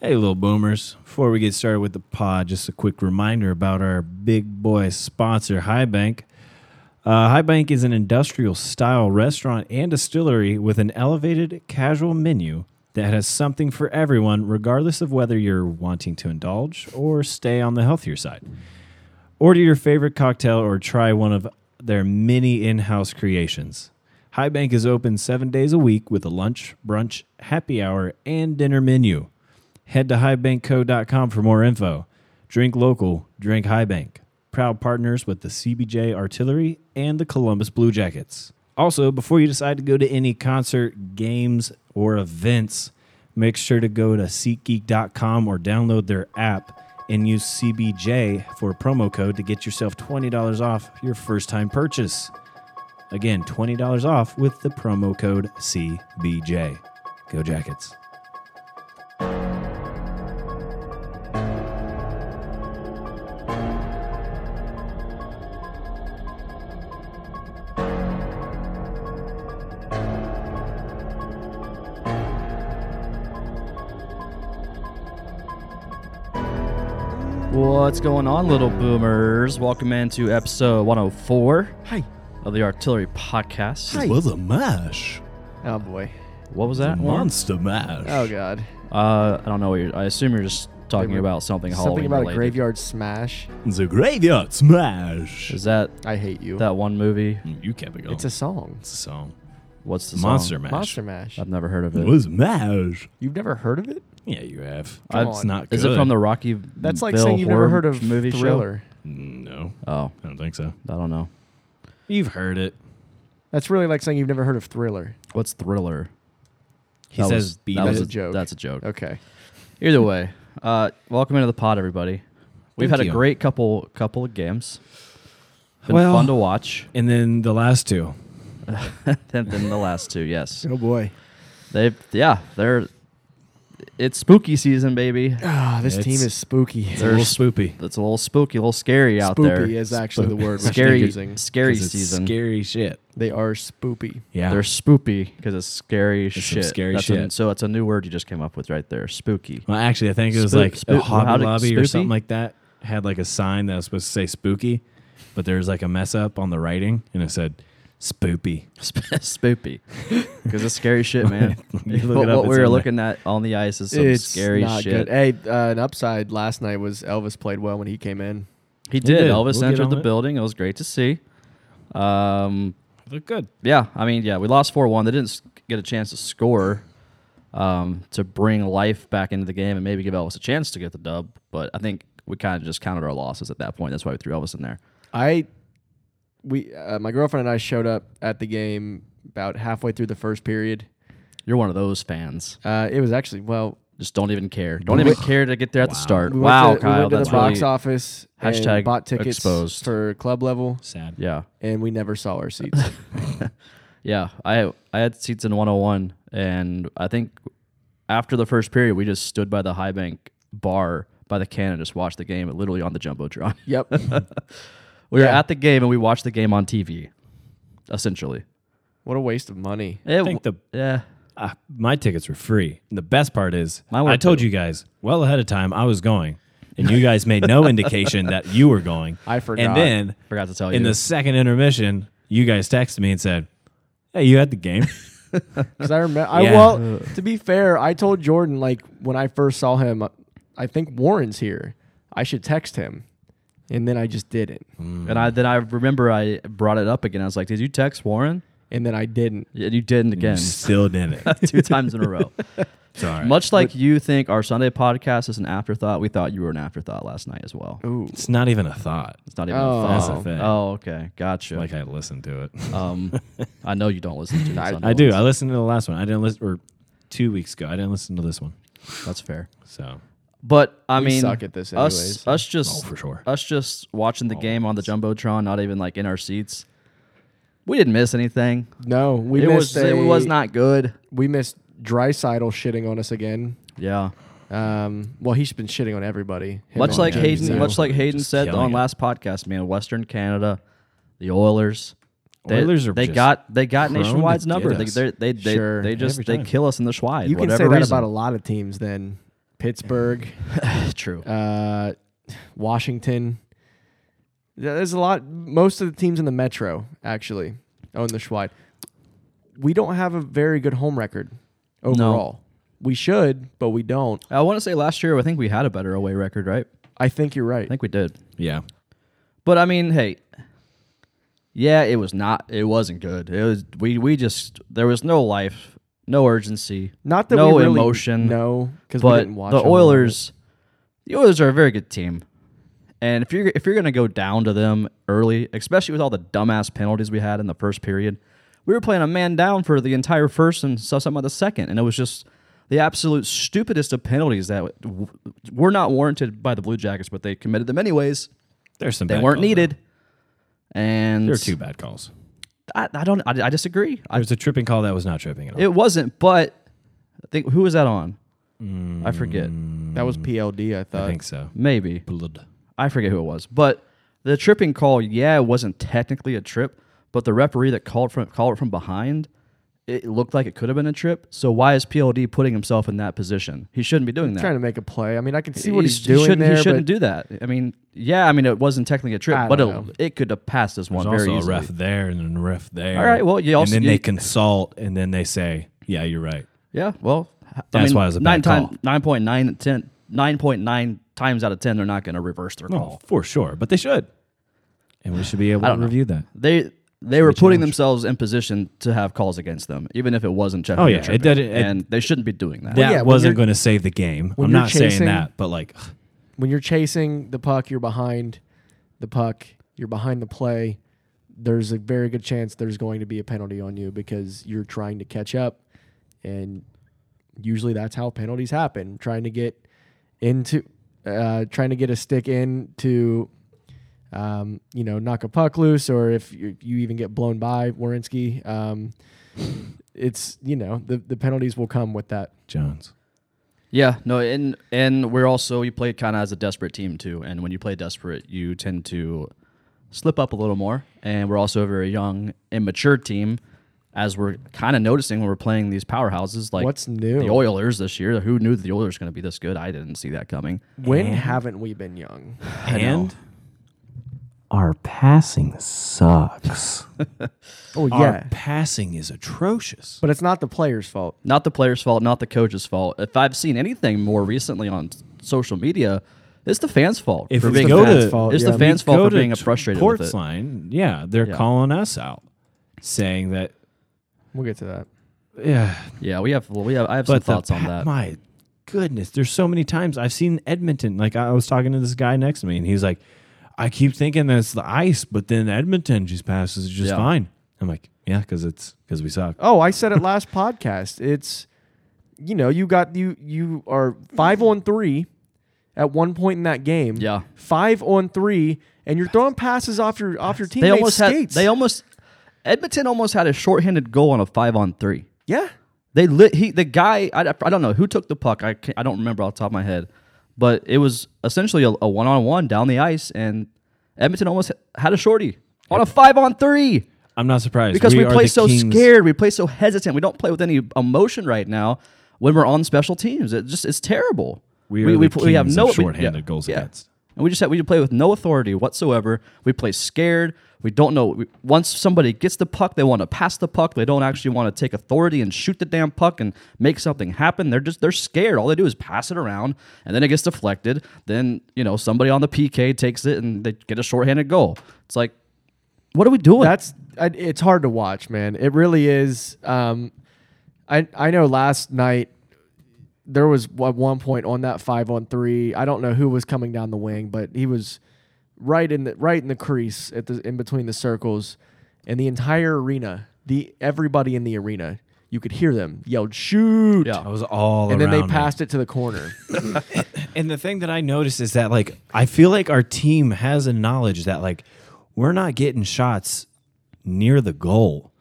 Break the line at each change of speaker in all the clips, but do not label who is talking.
Hey, little boomers. Before we get started with the pod, just a quick reminder about our big boy sponsor, High Bank. Uh, High Bank is an industrial style restaurant and distillery with an elevated casual menu that has something for everyone, regardless of whether you're wanting to indulge or stay on the healthier side. Order your favorite cocktail or try one of their many in house creations. High Bank is open seven days a week with a lunch, brunch, happy hour, and dinner menu. Head to highbankco.com for more info. Drink local, drink High Bank. Proud partners with the CBJ Artillery and the Columbus Blue Jackets. Also, before you decide to go to any concert, games, or events, make sure to go to SeatGeek.com or download their app and use CBJ for a promo code to get yourself $20 off your first time purchase. Again, $20 off with the promo code CBJ. Go Jackets.
What's going on, little boomers? Welcome into episode 104
Hi.
of the Artillery Podcast.
Hi.
was a mash.
Oh boy.
What was that? Warren?
Monster mash.
Oh god.
Uh, I don't know. What you're, I assume you're just talking
were-
about something Halloween
Something about
related.
graveyard smash.
The graveyard smash.
Is that
I hate you.
that one movie?
You kept it going.
it's a song.
It's a song.
What's the
Monster
song?
Mash.
Monster Mash.
I've never heard of
It
it.
was mash.
You've never heard of it?
Yeah, you have.
Come
it's
on.
not good.
Is it from the Rocky?
That's like saying you've never heard of
movie
Thriller.
No,
Show? Oh,
I don't think so.
I don't know.
You've heard it.
That's really like saying you've never heard of Thriller.
What's Thriller?
He
That
says
was,
beat
that
it.
was
a joke.
That's a joke.
Okay.
Either way, uh, welcome into the pod, everybody. We've
Thank
had
you.
a great couple couple of games. Been
Well-
fun to watch.
And then the last two.
than, than the last two. Yes,
Oh boy.
they yeah they're it's spooky season, baby.
Ah, this team
It's-
is spooky.
It's a little
There's-
spoopy.
It's a little spooky, a little scary out
spoopy
there.
is actually the word we should
scary,
be using.
scary
'Cause it's
season.
Scary shit.
They are spoopy.
Yeah.
They're spoopy because it's scary
some
shit.
scary
That's A,
shit.
so it's a new word you just came up with right there. Spooky.
well, actually, I think it was
Spook-
like
spook- how
Hobby
did-
Lobby or
spoopy?
something like that had like a sign that was supposed to say spooky, but there was like a mess up on the writing and it said spoopy.
Sp- spoopy because it's scary shit, man.
You look
what
it up, it's
what we
in
were
there.
looking at on the ice is some
it's
scary
not
shit.
good. Hey, uh, an upside last night was Elvis played well when he came in.
He did.
did. We'll
Elvis
get
entered
on
the
it.
building. It was great to see. Um,
Look good.
Yeah, I mean, yeah, we lost four one. They didn't s- get a chance to score um, to bring life back into the game and maybe give Elvis a chance to get the dub. But I think we kind of just counted our losses at that point. That's why we threw Elvis in there.
I we uh, my girlfriend and I showed up at the game about halfway through the first period.
You're one of those fans.
Uh, it was actually well.
Just don't even care. Don't even care to get there at the start.
We went
wow,
to, we
Kyle,
went to
that's
the box
really,
office. and
Hashtag
bought tickets
exposed.
for club level,
Sad.
yeah,
and we never saw our seats.
yeah. I I had seats in 101, and I think after the first period, we just stood by the high bank bar by the can and just watched the game, literally on the jumbotron.
yep.
We were
Yeah.
at the game and we watched the game on TV, essentially.
What a waste of money.
It
I think the
yeah,
uh, my tickets were free. And the best part is,
Mine were
I told
too.
you guys well ahead of time I was going, and you guys made no indication that you were going.
I forgot.
And then
forgot to tell
in
you.
the second intermission, you guys texted me and said, "Hey, you had the game."
'Cause I remember. I
Yeah.
well, to be fair, I told Jordan like when I first saw him, I think Warren's here. I should text him, and then I just didn't,
and I then I remember I brought it up again. I was like, "Did you text Warren?"
and then I didn't.
Yeah, you didn't again,
Still didn't.
two times in a row.
Sorry.
Much like you think our Sunday podcast is an afterthought, we thought you were an afterthought last night as well.
Ooh.
It's not even a thought.
It's not even
Oh.
a
That's
thought.
the thing.
Oh, okay, gotcha.
Like I listened to it.
um, I know you don't listen to. the Sunday
I do.
ones.
I listened to the last one. I didn't listen, or two weeks ago. I didn't listen to this one.
That's fair.
So
But I
We
mean,
suck at this
us
anyways.
us just
Oh, for sure. Oh,
us just watching the game on the jumbotron, not even like in our seats. We didn't miss anything.
No, we
it was
missed.
it
a-
was not good.
We missed Drysidle shitting on us again.
Yeah,
Um, well, he's been shitting on everybody. Him
much
and
like
Jamie
Hayden,
Sale.
much like Hayden
Just
said
yelling
on
it.
last podcast, man. Western Canada, the Oilers. They,
Oilers are
they
just
got they got
prone to
Nationwide's number.
get
They
us.
they they, they,
Sure,
they just
every
they
time.
kill us in the Schwide.
you can
whatever
say that
reason.
about a lot of teams. Then Pittsburgh,
True.
uh, Washington. Yeah, There's a lot. Most of the teams in the Metro actually own the Schwide. We don't have a very good home record overall. We should, but we don't.
I want to say last year I think we had a better away record, right?
I think you're right.
I think we did.
Yeah.
But I mean, hey, yeah, it was not. It wasn't good. It was we we just there was no life, no urgency,
Not that
no
we really
emotion.
No, because we
but
didn't watch
the
a whole lot of it.
Oilers, the Oilers are a very good team, and if you're if you're gonna go down to them early, especially with all the dumbass penalties we had in the first period, we were playing a man down for the entire first and so some of the second, and it was just the absolute stupidest of penalties that w- were not warranted by the Blue Jackets, but they committed them anyways.
There's some
They
bad
weren't
calls, though.
needed, and
There were two bad calls.
I, I don't. I, I disagree.
There
I,
was a tripping call that was not tripping at all.
it wasn't, but I think who was that on? I forget.
Mm.
That was PLD. I thought.
I think so.
Maybe
Blood.
I forget who it was, but the tripping call, yeah, it wasn't technically a trip, but the referee that called from called it from behind, it looked like it could have been a trip. So why is PLD putting himself in that position? He shouldn't be doing that.
Trying to make a play. I mean, I can see what he's,
He
doing
shouldn't,
there.
he shouldn't
but
do that. I mean, yeah, I mean it wasn't technically a trip,
I
but
don't
it,
know.
it could have passed this one
There's
very
also a ref
easily.
there and then a ref there.
All right, well, you also-
and then they
you-
consult and then they say, "Yeah, you're right."
Yeah, well, h- I
That's
mean,
why it was a
nine
bad
time,
call.
9.9 ten- 9.9 times out of ten, they're not going to reverse their call.
for sure, but they should, and we should be able
I
to
don't know.
review that.
They they were putting
challenge.
themselves in position to have calls against them, even if it wasn't checking.
Oh,
or
yeah, it
tripping.
did- it-
and they shouldn't be doing that.
That
yeah, when
wasn't
you're-
going to save the game.
when
I'm
you're
not
chasing-
saying that, but like,
when you're chasing the puck, you're behind the puck. You're behind the play. There's a very good chance there's going to be a penalty on you because you're trying to catch up, and usually that's how penalties happen. Trying to get into, uh, trying to get a stick in to, um, you know, knock a puck loose, or if you, you even get blown by Warinsky, um, it's you know the the penalties will come with that.
Jones,
Yeah, no, and and we're also we played kind of as a desperate team too, and when you play desperate, you tend to slip up a little more. And we're also a very young, immature team, as we're kind of noticing when we're playing these powerhouses like
What's new?
the Oilers this year. Who knew the Oilers going to be this good? I didn't see that coming.
When haven't we been young?
and our passing sucks.
Oh
Our passing is atrocious.
But it's not the player's fault.
Not the player's fault, not the coach's fault. If I've seen anything more recently on s- social media, it's the fans' fault.
If
for
we
being
go
fans.
to-
fault,
it's
yeah.
the
We
fans'
go
fault for
to
being
t-
frustrated
port
with it.
sign, yeah, they're
Yeah.
calling us out, saying that.
We'll get to that.
Yeah,
Yeah, we have well, we have I have some
but the
thoughts on
pa-
that.
My goodness, there's so many times I've seen Edmonton. Like I was talking to this guy next to me, and he's like, "I keep thinking that it's the ice, but then Edmonton just passes just
Yeah.
fine." I'm like, "Yeah, because it's because we suck."
Oh, I said it last podcast. It's you know, you got you you are five on three at one point in that game.
Yeah.
Five on three, and you're throwing passes off your off your teammates'
They almost had
skates.
they almost Edmonton almost had a shorthanded goal on a five on three.
yeah.
They lit he the guy I, I don't know who took the puck. I can't, I don't remember off the top of my head, but it was essentially a one on one down the ice, and Edmonton almost had a shorty on a five on three.
I'm not surprised
because we,
are
play
the
so
kings.
scared, we play so hesitant, we don't play with any emotion right now when we're on special teams. It just it's terrible.
We are the
pl-
kings of
we-
shorthanded goals against.
And we just have, we play with no authority whatsoever. We play scared. We don't know. We, once somebody gets the puck, they want to pass the puck. They don't actually want to take authority and shoot the damn puck and make something happen. They're just they're scared. All they do is pass it around, and then it gets deflected. Then you know somebody on the PK takes it and they get a shorthanded goal. It's like, what are we doing?
That's I, it's hard to watch, man. It really is. Um, I I know last night there was at one point on that five on three. I don't know who was coming down the wing, but he was right in the right in the crease at the in between the circles, and the entire arena, the everybody in the arena, you could hear them yelled shoot.
Yeah.
I was all
And then they
around me.
passed it to the corner.
And the thing that I noticed is that like I feel like our team has a knowledge that like we're not getting shots near the goal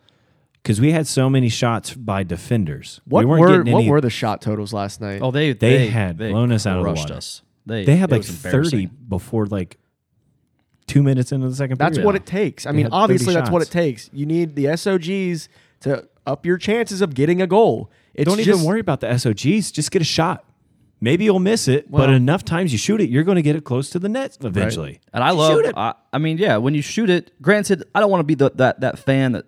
because we had so many shots by defenders.
What
we
were,
weren't getting
what
any.
were the shot totals last night?
Oh, they
They had blown us out of the
crushed
water.
Us. They
they had
it
like
was
thirty
embarrassing.
before like two minutes into the second.
That's
period.
what it takes. I mean,
had 30
obviously, that's what it
shots.
takes. You need the SOGs to up your chances of getting a goal. It's
Don't
just,
even worry about the SOGs. Just get a shot. Maybe you'll miss it, but
Well-
enough times you shoot it, you're going to get it close to the net eventually.
And I love. I, I mean, yeah, when you shoot it. Granted, I don't want to be the, that that fan that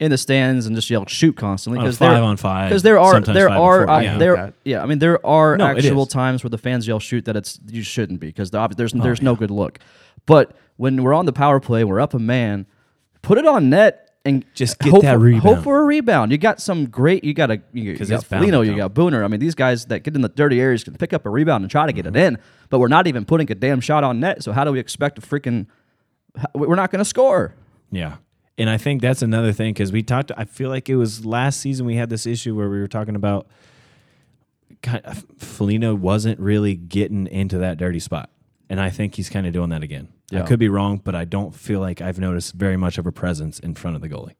in the stands and just yell shoot constantly
On a
because there-
five on five,
Because there are
sometimes
there
five on
are
four,
uh,
yeah.
there
I like
yeah. I mean, there are
No, it
actual
is. Oh,
times where the fans yell shoot that it's you shouldn't be because the, there's there's no good look. But when we're on the power play, we're up a man. Put it on net. And
Just get
hope
that
for, Hope
rebound.
for a rebound. You got some great. You got a. You, you
'Cause
got
it's bound to
Felino. You
come.
got Booner. I mean, these guys that get in the dirty areas can pick up a rebound and try to get it
Mm-hmm.
in, but we're not even putting a damn shot on net. So how do we expect a freaking? h- We're not going to score.
Yeah. And I think that's another thing because we talked, I feel like it was last season we had this issue where we were talking about kind of, Felino wasn't really getting into that dirty spot. And I think he's kind of doing that again.
Yeah.
I could be wrong, but I don't feel like I've noticed very much of a presence in front of the goalie.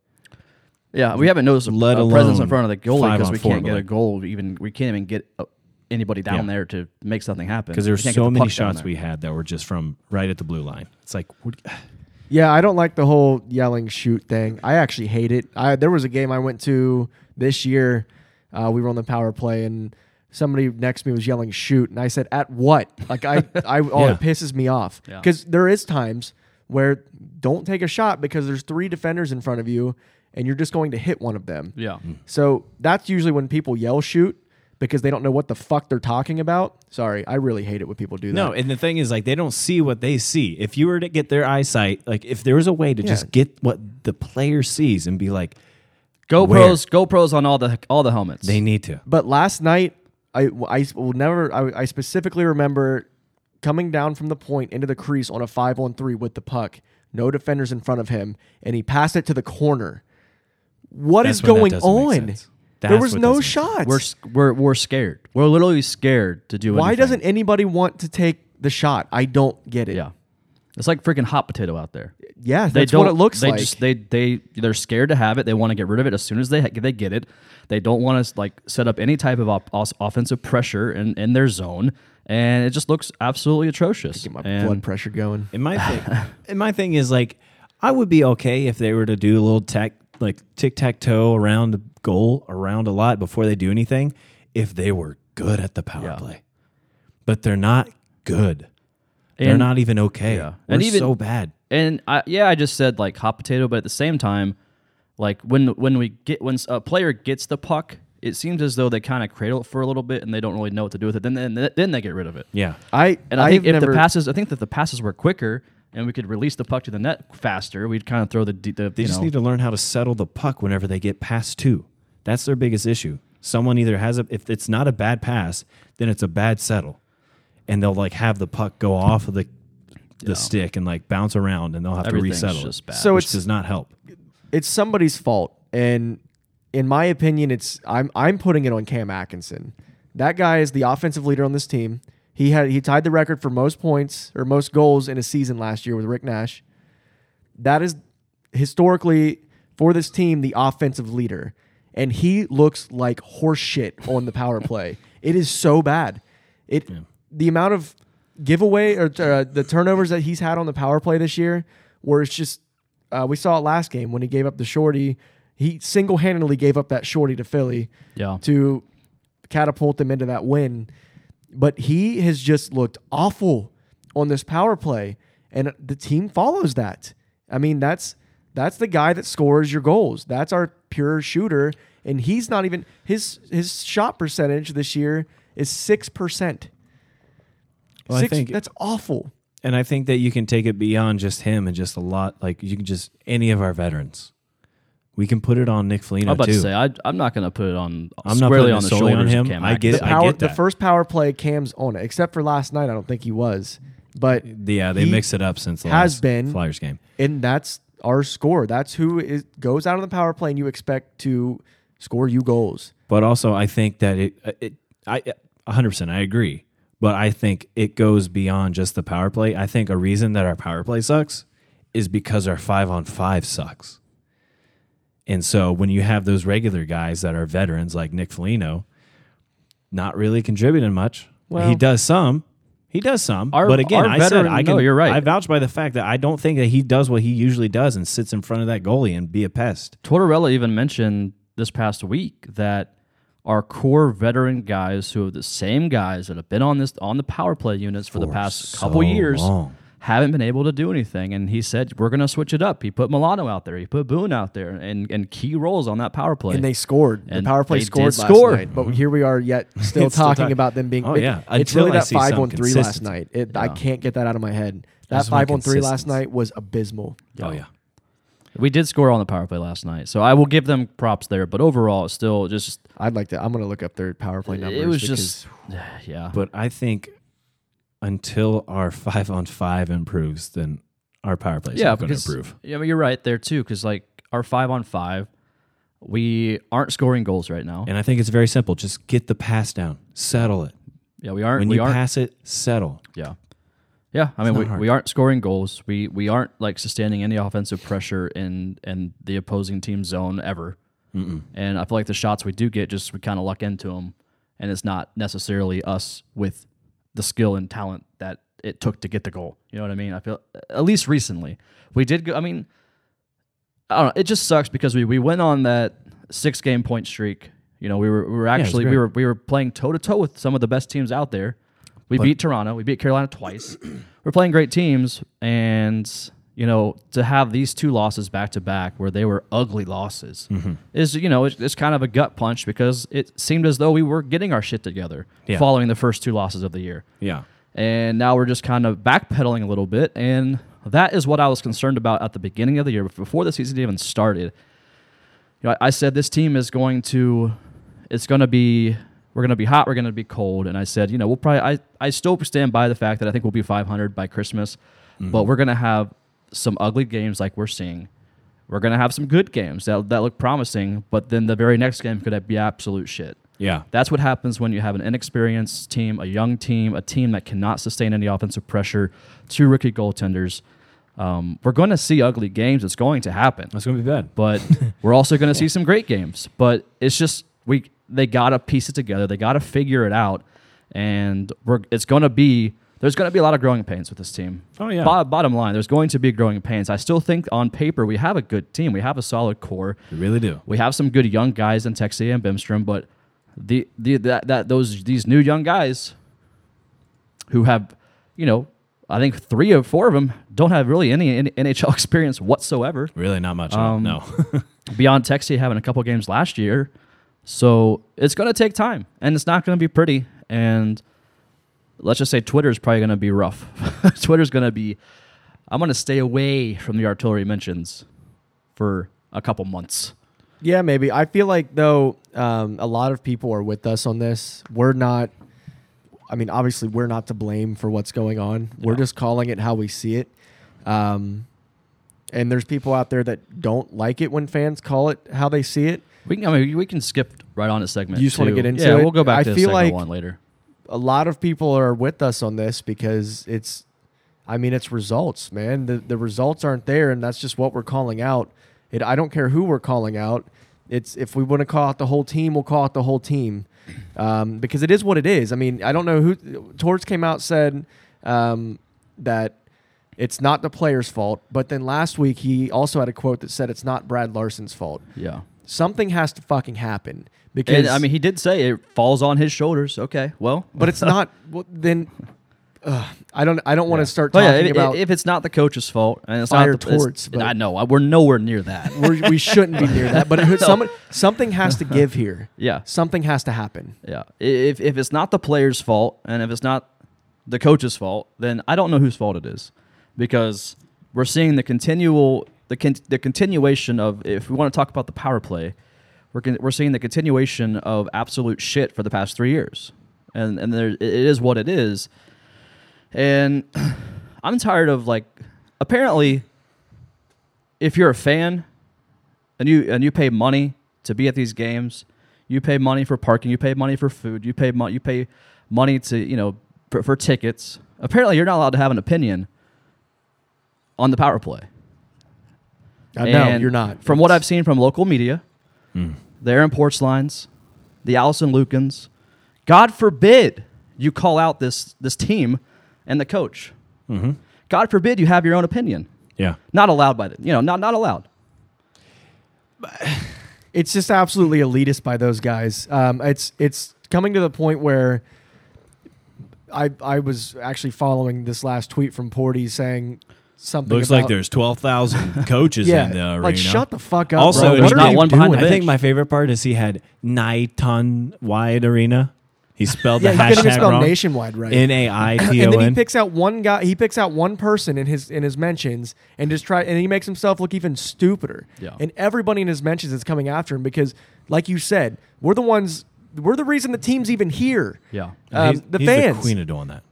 Yeah, we haven't noticed a,
Let
a presence in
alone
front of the goalie
five
because
on
we
four,
can't get a
like-
goal. Even we can't even get uh, anybody down
Yeah.
there to make something happen
Because
We
there's
can't get
so
the
many
puck down
shots
there.
we had that were just from right at the blue line. It's like, what,
Yeah, I don't like the whole yelling shoot thing. I actually hate it. I there was a game I went to this year. Uh, we were on the power play and somebody next to me was yelling shoot and I said at what? Like I I oh
Yeah.
it pisses me off.
Yeah.
Cuz there is times where don't take a shot because there's three defenders in front of you and you're just going to hit one of them.
Yeah,
Mm.
So that's usually when people yell shoot because they don't know what the fuck they're talking about. Sorry, I really hate it when people do that.
No, and the thing is, like, they don't see what they see. If you were to get their eyesight, like, if there was a way to
Yeah.
just get what the player sees and be like,
GoPros, GoPros on all the all the helmets.
they need to.
But last night, I, I will never. I, I specifically remember coming down from the point into the crease on a five on three with the puck, no defenders in front of him, and he passed it to the corner. What is
That's when that
going
doesn't make
on?
sense.
There
That's
was
what
no
doesn't make
shots.
we're s- we're we're scared. We're literally scared to do.
Why
anything.
doesn't anybody want to take the shot? I don't get it.
Yeah, it's like freaking hot potato out there.
yeah, that's what it looks
they
like.
Just, they they they're scared to have it. They want to get rid of it as soon as they ha- they get it. They don't want to like set up any type of op- os- offensive pressure in, in their zone, and it just looks absolutely atrocious.
Get my
And-
blood pressure going.
And my thing, and my thing is like, I would be okay if they were to do a little tac, like tic tac toe around the goal, around a lot before they do anything, if they were good at the power
Yeah.
play. But they're not good. they're
And-
not even okay.
Yeah.
We're
And even-
so bad.
And I, yeah, I just said like hot potato, but at the same time, like when when we get when a player gets the puck, it seems as though they kind of cradle it for a little bit and they don't really know what to do with it. Then then, then they get rid of it.
Yeah.
I
And I think
I've
if
never,
the passes, I think that the passes were quicker and we could release the puck to the net faster, we'd kind of throw the d- the
They
you
just
know,
need to learn how to settle the puck whenever they get past two. That's their biggest issue. Someone either has a if it's not a bad pass, then it's a bad settle. And they'll like have the puck go off of the the stick and like bounce around and they'll have to
everything's
resettle.
just
Just
bad.
So
which
it's
does not help.
it's somebody's fault and in my opinion it's i'm i'm putting it on cam atkinson that guy is the offensive leader on this team he had he tied the record for most points or most goals in a season last year with rick nash that is historically for this team the offensive leader and he looks like horseshit on the power play it is so bad it the amount of giveaway or uh, the turnovers that he's had on the power play this year where it's just uh, we saw it last game when he gave up the shorty he single-handedly gave up that shorty to philly
Yeah.
to catapult them into that win. But he has just looked awful on this power play, and the team follows that. I mean, that's that's the guy that scores your goals. That's our pure shooter, and he's not even his his shot percentage this year is six percent.
Well, I
six,
think-
that's awful.
And I think that you can take it beyond just him and just a lot like you can just any of our veterans. We can put it on Nick Felino
I'm about
too.
to say I, I'm not going to put it on
I'm not putting
squarely on
it
the
solely
shoulders
on him.
of Cam
I get
The
it.
Atkinson.
power,
get
the
that.
first power play, Cam's on it, except for last night. I don't think he was, but
yeah, they
he
mix it up since the
has
last
been-
Flyers game.
and that's our score. That's who is goes out on the power play, and you expect to score you goals.
but also I think that it uh, it I 100% I agree. But I think it goes beyond just the power play. I think a reason that our power play sucks is because our 5 on 5 sucks. And so when you have those regular guys that are veterans like Nick Foligno not really contributing much. he does some. He does some.
Our-
but again,
our
I said
veteran-
I
no,
can
you're right.
I vouch by the fact that I don't think that he does what he usually does and sits in front of that goalie and be a pest.
Tortorella even mentioned this past week that are core veteran guys who are the same guys that have been on this on the power play units for, the
For
past
so
couple years
long.
haven't been able to do anything and he said we're going to switch it up he put Milano out there he put Boone out there and and key roles on that power play
and they scored.
And
the power play
they
scored
did
last
score.
night, but here we are yet still talking
It's still talking-
about them being.
Oh,
it-
yeah.
it's
Until
really
I
that
see some
five one three last
consistency.
night. It, I
Yeah.
can't get that out of my head. That
just want
five one three last
consistency.
night was abysmal.
Oh yeah.
we did score on the power play last night so I will give them props there but overall it's still just
I'd like to. I'm gonna look up their power play numbers.
it was
because
just yeah
But I think until our five on five improves, then our power play is
yeah,
not going to
because-
improve.
Yeah, but you're right there too, because like our five on five, we aren't scoring goals right now.
And I think it's very simple. Just get the pass down, settle it.
yeah, we aren't.
When
we
you
aren't.
pass it, settle.
yeah, yeah. I mean,
not
we,
hard.
we aren't scoring goals. We we aren't like sustaining any offensive pressure in in the opposing team zone ever. And I feel like the shots we do get, just we kind of luck into them, and it's not necessarily us with the skill and talent that it took to get the goal. You know what I mean? I feel at least recently we did. go I mean, I don't know. It just sucks because we, we went on that six game point streak. You know, we were we were
was
actually we
great.
were we were playing toe to toe with some of the best teams out there. We beat Toronto. We beat Carolina twice. we're playing great teams, and you know to have these two losses back to back, where they were ugly losses,
Mm-hmm.
is you know it's, it's kind of a gut punch because it seemed as though we were getting our shit together
Yeah.
following the first two losses of the year
Yeah.
and now we're just kind of backpedaling a little bit and that is what i was concerned about at the beginning of the year before the season even started you know, I, I said this team is going to, it's going to be, we're going to be hot, we're going to be cold, and I said, you know, we'll probably, I, I still stand by the fact that I think we'll be 500 by Christmas, but we're going to have some ugly games like we're seeing. We're going to have some good games that, that look promising, but then the very next game could be absolute shit.
Yeah.
That's what happens when you have an inexperienced team, a young team, a team that cannot sustain any offensive pressure, two rookie goaltenders. Um, we're going to see ugly games. It's going to happen
That's going to be bad.
but we're also going to see some great games. But it's just we they got to piece it together. They got to figure it out, and we're it's going to be there's going to be a lot of growing pains with this team.
Oh, yeah.
Bo- bottom line, there's going to be growing pains. I still think on paper we have a good team. We have a solid core.
We really do.
We have some good young guys in Texia and Bimstrom, but the the that, that those these new young guys who have, you know, I think three or four of them don't have really any, any NHL experience whatsoever
Really not much. at all.
Um,
no.
beyond Texas having a couple games last year. So it's going to take time and it's not going to be pretty. And let's just say Twitter is probably going to be rough. Twitter's going to be, I'm going to stay away from the artillery mentions for a couple months.
Yeah, maybe. I feel like though um, a lot of people are with us on this. We're not. I mean, obviously, we're not to blame for what's going on. We're
No.
just calling it how we see it. Um, and there's people out there that don't like it when fans call it how they see it.
We can, I mean, we can skip right on to segment.
You just wanna
two.
get into
yeah,
it?
we'll go back
I
to
feel
segment
like-
one later.
A lot of people are with us on this because it's. I mean, it's results, man. The the results aren't there, and that's just what we're calling out. It. I don't care who we're calling out. It's if we want to call out the whole team, we'll call out the whole team. um, because it is what it is. I mean, I don't know who Torts came out said um, that it's not the player's fault, but then last week he also had a quote that said it's not Brad Larson's fault.
Yeah.
Something has to fucking happen because
And I mean, he did say it falls on his shoulders. Okay. Well,
but it's not. Well, then ugh, I don't. I don't want to start
But
talking
yeah, if,
about.
if it's not the coach's fault and it's
Fire
not the, it's-
Torts, but-
I know I- we're nowhere near that.
we're, we shouldn't be near that, but it, someone, something has to give here.
yeah.
Something has to happen.
Yeah. I- If if it's not the player's fault and if it's not the coach's fault, then I don't know whose fault it is, because we're seeing the continual the con- the continuation of if we want to talk about the power play, we're con- we're seeing the continuation of absolute shit for the past three years, and and there, it is what it is, and I'm tired of like apparently if you're a fan and you and you pay money to be at these games, you pay money for parking, you pay money for food, you pay mo- you pay money to you know for, for tickets. Apparently, you're not allowed to have an opinion on the power play.
Uh, no,
And
you're not.
From what
It's-
I've seen from local media, the Aaron Ports lines, the Allison Lukens, God forbid you call out this this team and the coach. God forbid you have your own opinion.
yeah.
Not allowed by the you know not not allowed.
it's just absolutely elitist by those guys. Um, it's it's coming to the point where I I was actually following this last tweet from Porty saying something.
Looks
about,
like there's 12,000 coaches
yeah,
in the arena.
like shut the fuck up.
Also,
bro.
there's
What are
not
you
one behind
doing?
the
I think
bitch.
my favorite part is he had nine ton wide arena. He spelled
Yeah,
the
he couldn't even
hashtag
spell
wrong.
nationwide right.
N a i t
and
o
then he
n.
picks out one guy. He picks out one person in his in his mentions, and just try. And he makes himself look even stupider.
Yeah.
And everybody in his mentions is coming after him because, like you said, we're the ones. We're the reason the team's even here.
Yeah.
Um,
He's-
the
he's
fans.
the queen of doing that.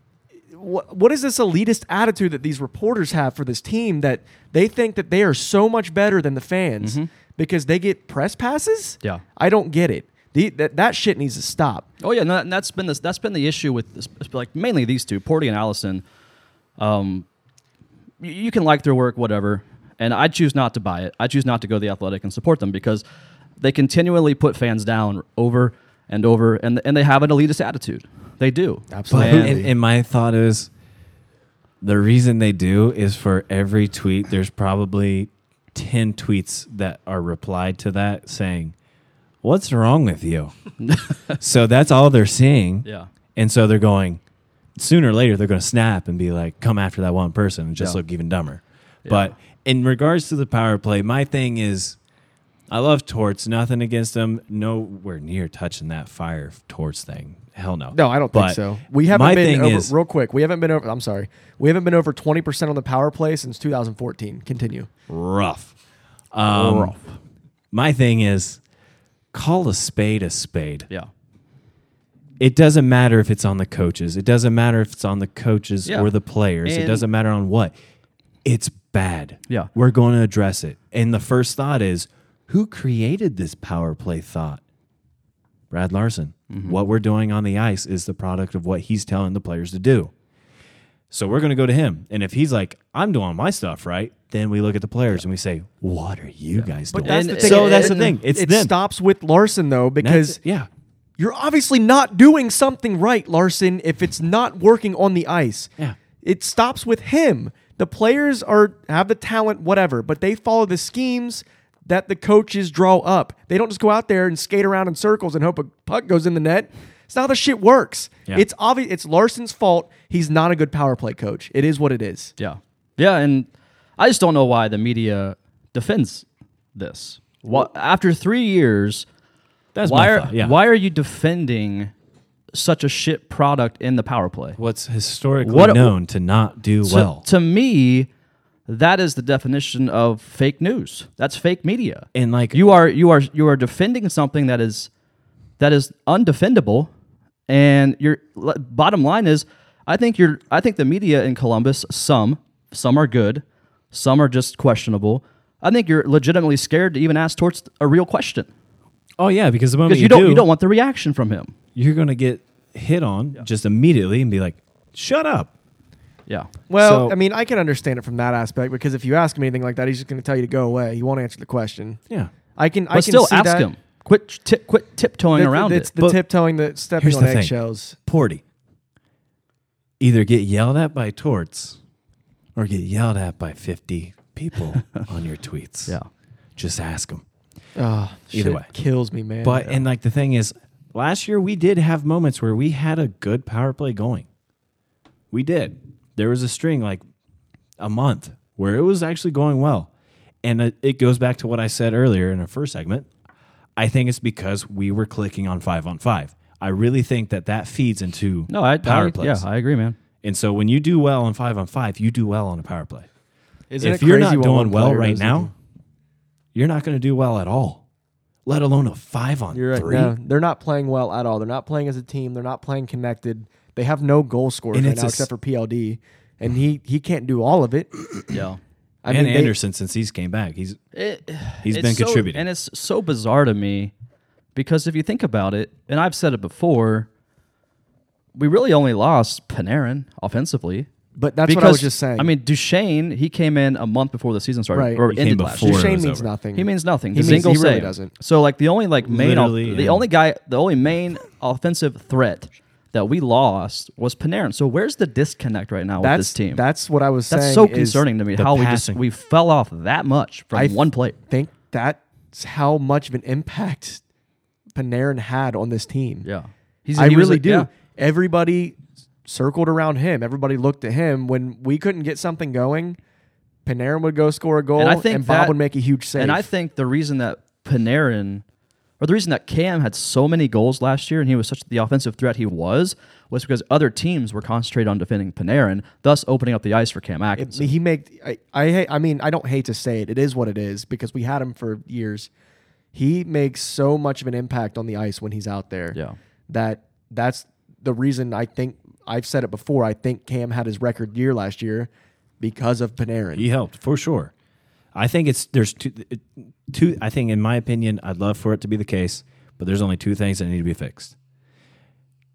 what, what is this elitist attitude that these reporters have for this team that they think that they are so much better than the fans
Mm-hmm.
because they get press passes?
Yeah.
I don't get it. The, that, that shit needs to stop.
Oh yeah, no, and that's been this. That's been the issue with this, like mainly these two, Porty and Allison. Um, you, you can like their work, whatever, and I choose not to buy it. I choose not to go to the athletic and support them because they continually put fans down over and over, and and they have an elitist attitude. They do.
But
Man.
and, and my thought is, the reason they do is for every tweet, there's probably ten tweets that are replied to that saying, "What's wrong with you?" so that's all they're seeing,
Yeah.
and so they're going. Sooner or later, they're going to snap and be like, "Come after that one person and just
Yeah.
look even dumber." But in regards to the power play, my thing is. I love torts. Nothing against them. Nowhere near touching that fire torts thing. Hell no.
No, I don't think
But
so. We haven't
my
been
thing
over,
is-
real quick. We haven't been over. I'm sorry. We haven't been over 20% on the power play since 2014. Continue.
rough. Um,
Rough.
My thing is, call a spade a spade.
Yeah.
It doesn't matter if it's on the coaches. It doesn't matter if it's on the coaches
Yeah.
or the players. it
And-
doesn't matter on what. It's bad.
Yeah.
We're going to address it. And the first thought is, who created this power play thought? Brad Larson.
Mm-hmm.
What we're doing on the ice is the product of what he's telling the players to do. So we're going to go to him. And if he's like, I'm doing my stuff right, then we look at the players and we say, What are you guys doing?
that's the thing.
So that's the
And
thing. It's
it
them.
stops with Larson, though, because
That's- yeah.
you're obviously not doing something right, Larson, if it's not working on the ice.
Yeah.
It stops with him. The players are have the talent, whatever, but they follow the schemes that the coaches draw up. They don't just go out there and skate around in circles and hope a puck goes in the net. It's not how the shit works.
Yeah.
It's obvious it's Larson's fault. He's not a good power play coach. It is what it is.
Yeah. Yeah, and I just don't know why the media defends this. What after three years,
That's
why
my
are
thought. Yeah.
why are you defending such a shit product in the power play?
What's historically
What-
known to not do
to,
well.
to me, that is the definition of fake news. That's fake media.
And, like-
you are you are you are defending something that is that is undefendable, and your l- bottom line is, I think you're I think the media in Columbus some some are good, some are just questionable. I think you're legitimately scared to even ask Torts a real question
oh, yeah. Because the moment
because
you,
you don't
do,
you don't want the reaction from him.
you're going to get hit on just immediately and be like, Shut up.
Yeah,
Well,
So-
I mean, I can understand it from that aspect because if you ask him anything like that, he's just going to tell you to go away. He won't answer the question.
Yeah.
I can, I
but
can
still
see
ask
that.
him. Quit t- quit tiptoeing
That-
around
It's
it.
the
But-
tiptoeing, the stepping
Here's
on
the thing.
eggshells.
Porty. Either get yelled at by torts or get yelled at by 50 people on your tweets.
Yeah.
Just ask them.
Oh,
Either
shit
way.
kills me, man.
But, and like the thing is, last year we did have moments where we had a good power play going. We did. There was a string like a month where it was actually going well. And it- it goes back to what I said earlier in our first segment. I think it's because we were clicking on five on five. I really think that that feeds into
no, I,
power
I
plays.
yeah, I agree, man.
And so when you do well on five on five, you do well on a power play.
Isn't
if
it
you're
crazy
not
what
doing
one
well
player
right
does to
now,
you?
you're not going to do well at all, let alone a five on
you're right.
three.
No, they're not playing well at all. They're not playing as a team. They're not playing connected. They have no goal scorers
And
right
it's a
now
s-
except for PLD, and he he can't do all of it.
Yeah.
I
and
mean, they-
Anderson, since he's came back, he's
It,
He's
it's
been
so-
contributing.
and it's so bizarre to me because if you think about it, and I've said it before, we really only lost Panarin offensively.
but that's
because
what I was just saying.
I mean, Duchesne, he came in a month before the season started
Right.
or
He
came
ended last year.
before. it
Duchesne
was
means
over.
nothing.
He means nothing. He
He means-
means,
he really
save.
doesn't.
So like the only like main off-
Literally,
the
yeah.
only guy the only main offensive threat that we lost was Panarin. So where's the disconnect right now
that's
with this team?
that's what I was
That's
saying.
so
is
concerning to me
the
how
passing.
we just we fell off that much from
I
one play.
think that It's how much of an impact Panarin had on this team.
Yeah, he's.
I
he was
really
a-
do.
yeah.
Everybody circled around him. Everybody looked at him. When we couldn't get something going, Panarin would go score a goal,
And
and,
I think
Bob
that-
would make a huge save.
And I think the reason that Panarin, or the reason that Cam had so many goals last year and he was such the offensive threat he was, was because other teams were concentrated on defending Panarin, thus opening up the ice for Cam
It-
Atkinson.
he made. I, I hate- I mean I don't hate to say it. It is what it is because we had him for years. He makes so much of an impact on the ice when he's out there.
Yeah.
That that's the reason I think I've said it before. I think Cam had his record year last year because of Panarin.
He helped for sure. I think it's there's two it- two. I think in my opinion, I'd love for it to be the case, but there's only two things that need to be fixed.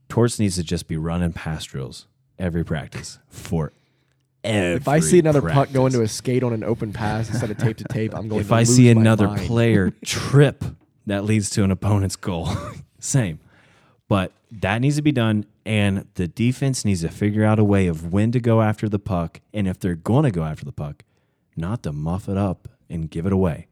Torts needs to just be running pass drills every practice for.
If I see another puck go into a skate on an open pass instead of tape to tape, I'm going.
if
to
I
lose
see
my
another
mind.
player trip that leads to an opponent's goal, same. But that needs to be done, and the defense needs to figure out a way of when to go after the puck, and if they're going to go after the puck, not to muff it up and give it away,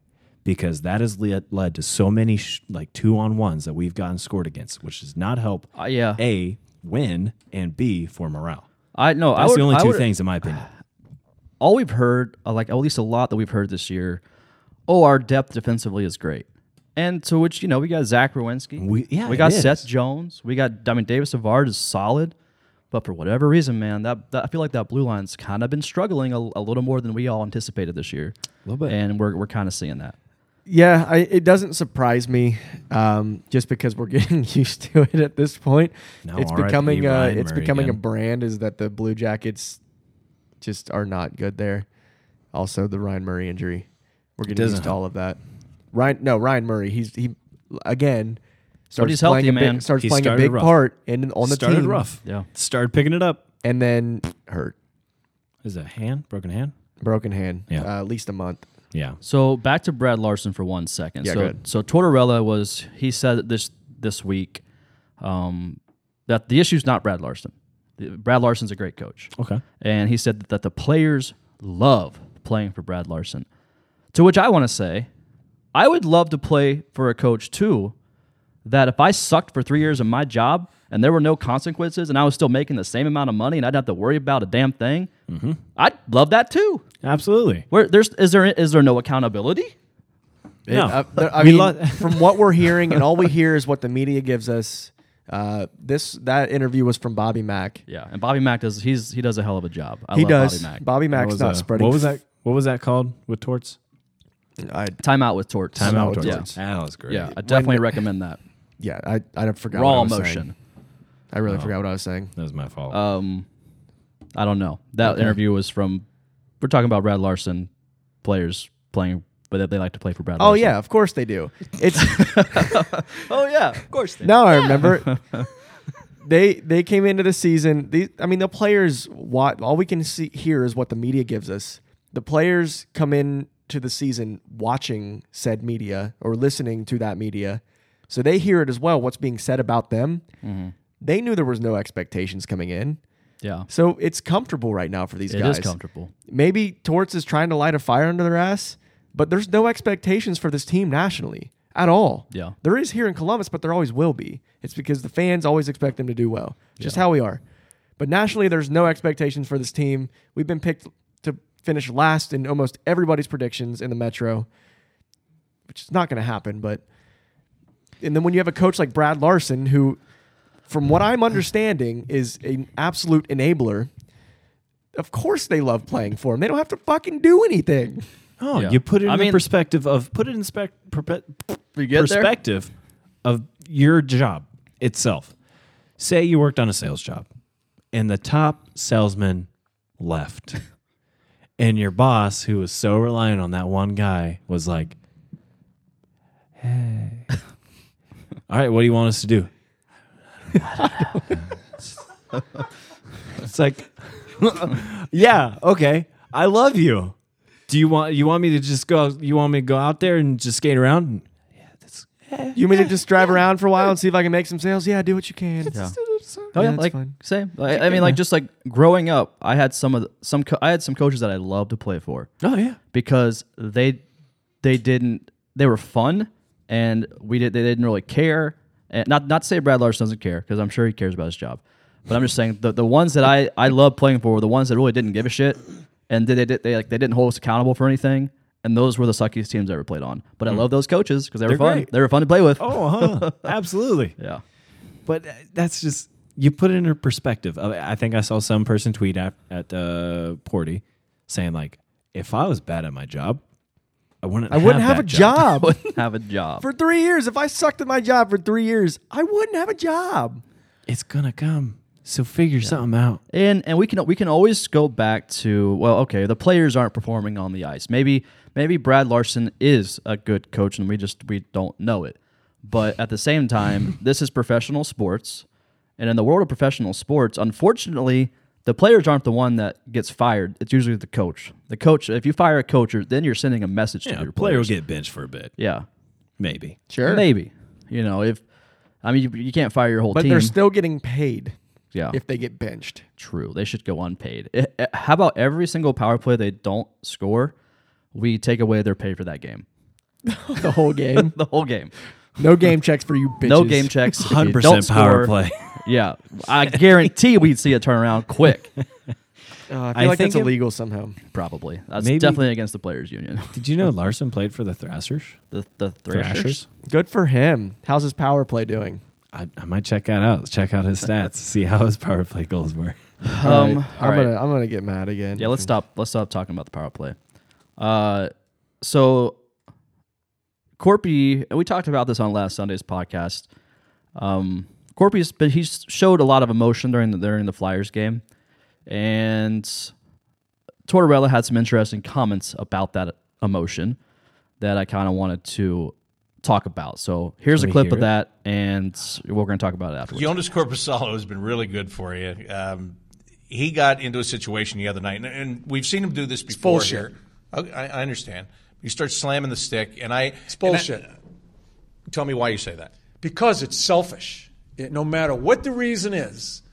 because that has led, led to so many sh- like two on ones that we've gotten scored against, which does not help.
Uh, yeah.
A win and B for morale.
I no, I
That's
would,
the only
I
two
would-
things, in my opinion.
All we've heard, uh, like at least a lot that we've heard this year, oh, our depth defensively is great. And to which you know we got Zach Rowinski,
We- yeah,
we got
it is.
Seth Jones, we got I mean Davis Savard is solid, but for whatever reason, man, that, that I feel like that blue line's kind of been struggling a, a little more than we all anticipated this year. A
Little bit.
and we're we're kind of seeing that.
Yeah, I, it doesn't surprise me, um, just because we're getting used to it at this point.
No,
it's
RIP
becoming a,
Ryan
it's
Murray
becoming a
again.
brand is that the Blue Jackets just are not good there. Also, the Ryan Murray injury, we're getting
doesn't
used to all of that. Ryan, no, Ryan Murray, he's he again starts
he's
playing
healthy,
a
man.
big, starts
He
playing a
started
big
rough.
part in on the
started
team,
rough.
Yeah.
Started picking it up.
and then hurt,
Is that hand? Broken hand?
broken hand,
Yeah.
uh, at least a month.
Yeah.
So back to Brad Larson for one second.
Yeah,
so
go ahead.
so Tortorella was he said this this week um, that the issue's not Brad Larson. Brad Larson's a great coach.
Okay.
and he said that the players love playing for Brad Larson. To which I want to say, I would love to play for a coach too. That if I sucked for three years of my job and there were no consequences and I was still making the same amount of money and I'd have to worry about a damn thing, I'd love that too.
Absolutely.
Where there's is there is there no accountability?
No.
Uh, there- I
We
mean,
lo-
from what we're hearing, and all we hear is what the media gives us. Uh, this that interview was from Bobby Mack.
Yeah, and Bobby Mack does he's he does a hell of a job. I
he
love
does.
Bobby Mack.
Bobby
That
Mack's
was
not
a-
spreading.
What was that? What was that called with torts?
I,
Timeout with Torts.
Timeout with
yeah.
Torts.
That was great.
Yeah, I definitely recommend that.
yeah, I I forgot. what I
Raw
was
emotion.
saying. I really forgot what I was saying.
that was my fault.
Um, I don't know. That interview was from. We're talking about Brad Larson players playing, but that they like to play for Brad.
Oh
Larson.
yeah, of course they do. It's
Oh yeah. Of course. They
now I remember. They they came into the season. These I mean the players. What all we can see here is what the media gives us. The players come in to the season watching said media or listening to that media, so they hear it as well. What's being said about them?
Mm-hmm.
They knew there was no expectations coming in,
yeah.
so it's comfortable right now for these
It is
guys.
comfortable.
maybe Torts is trying to light a fire under their ass, but there's no expectations for this team nationally at all.
Yeah.
There is here in Columbus, but there always will be. It's because the fans always expect them to do well. It's Just how we are. But nationally, there's no expectations for this team. We've been picked to finish last in almost everybody's predictions in the Metro, which is not going to happen. But and then when you have a coach like Brad Larson, who, from what I'm understanding, is an absolute enabler. Of course, they love playing for him. They don't have to fucking do anything.
oh,
yeah.
you put it in
I
the
mean-
perspective of put it in spec, perpe-
We get there?
perspective of your job itself. Say you worked on a sales job, and the top salesman left, and your boss, who was so reliant on that one guy, was like, "Hey, all right, what do you want us to do?" It's like, yeah, okay. I love you. Do you want you want me to just go? You want me to go out there and just skate around? Yeah, that's
You mean to just drive around for a while and see if I can make some sales? Yeah, do what you can.
Yeah.
Yeah,
Oh yeah,
that's
like
fine.
same. Like, I mean, like just like growing up, I had some of the, some co- I had some coaches that I loved to play for
oh yeah.
because they they didn't they were fun, and we did. They didn't really care. And not not to say Brad Larson doesn't care because I'm sure he cares about his job, but I'm just saying the, the ones that I I love playing for were the ones that really didn't give a shit, and they, they they like they didn't hold us accountable for anything. And those were the suckiest teams I ever played on. But I love those coaches because they were
Hmm. They're
fun.
great.
They were fun to play with.
Oh, huh. Absolutely.
Yeah.
But uh, that's just you put it in perspective. Uh, I I think I saw some person tweet at, at uh, Porty saying like, "If I was bad at my job, I wouldn't.
I wouldn't have,
that
a job.
Wouldn't have a job.
for three years. If I sucked at my job for three years, I wouldn't have a job.
It's gonna come. So figure something out.
And and we can we can always go back to well, okay, the players aren't performing on the ice. Maybe maybe Brad Larson is a good coach, and we just we don't know it. But at the same time, this is professional sports, and in the world of professional sports, unfortunately, the players aren't the one that gets fired. It's usually the coach. The coach. If you fire a coach, you're- then you're sending a message to
Yeah,
your
player will
players.
get benched for a bit,
yeah,
maybe.
Sure.
maybe. You know, if I mean, you, you can't fire your whole
but
team.
they're still getting paid
yeah.
if they get benched.
True. They should go unpaid. Eh, eh, How about every single power play they don't score, we take away their pay for that game,
The whole game.
the whole game.
no game checks for you bitches.
No game checks. If you
Hundred
don't
percent power
score-
play.
Yeah, I guarantee we'd see a turnaround quick.
Uh, I feel
I
like that's
think it-
illegal somehow.
Probably. That's
Maybe-
definitely against the players' union.
Did you know Larson played for the Thrashers?
The the thrashers.
Good for him. How's his power play doing?
I, I might check that out. Check out his stats. see how his power play goals were.
Um,
Alright,
all
I'm
right.
gonna I'm gonna get mad again.
Yeah, let's stop. Let's stop talking about the power play. Uh, so Corpy, and we talked about this on last Sunday's podcast. Um, Corpy's, but he showed a lot of emotion during the during the Flyers game, and Tortorella had some interesting comments about that emotion that I kind of wanted to talk about. So here's
Can
a
we
clip
hear
of
it?
that, and we're going to talk about it afterwards.
Jonas Corposalo has been really good for you. Um, he got into a situation the other night, and, and we've seen him do this before
bullshit.
here. I, I I understand. You start slamming the stick, and I
It's
and I- uh,
bullshit.
tell me why you say that.
because it's selfish. It, no matter what the reason is,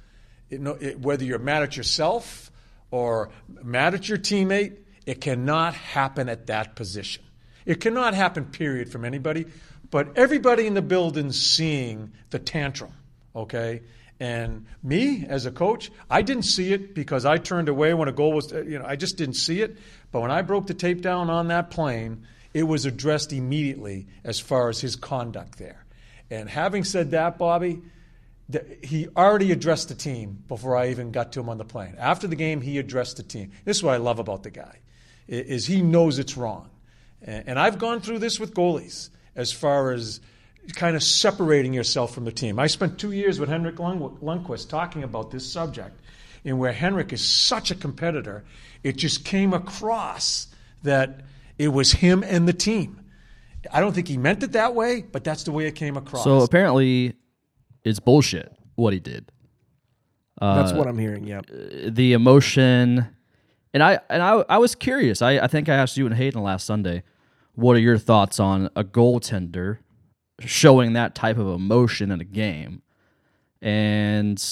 it, no, it, whether you're mad at yourself or mad at your teammate, it cannot happen at that position. It cannot happen, period, from anybody. But everybody in the building's seeing the tantrum, okay? And me as a coach, I didn't see it because I turned away when a goal was, you know, I just didn't see it. But when I broke the tape down on that plane, it was addressed immediately as far as his conduct there. And having said that, Bobby, th- he already addressed the team before I even got to him on the plane. After the game, he addressed the team. This is what I love about the guy, i- is he knows it's wrong. A- And I've gone through this with goalies as far as kind of separating yourself from the team. I spent two years with Henrik Lund- Lundqvist talking about this subject, and where Henrik is such a competitor, it just came across that it was him and the team. I don't think he meant it that way, but that's the way it came across.
So apparently, it's bullshit what he did.
That's what I'm hearing. Yeah.
the emotion and i and i, I was curious I, I think i asked you and hayden last sunday what are your thoughts on a goaltender showing that type of emotion in a game and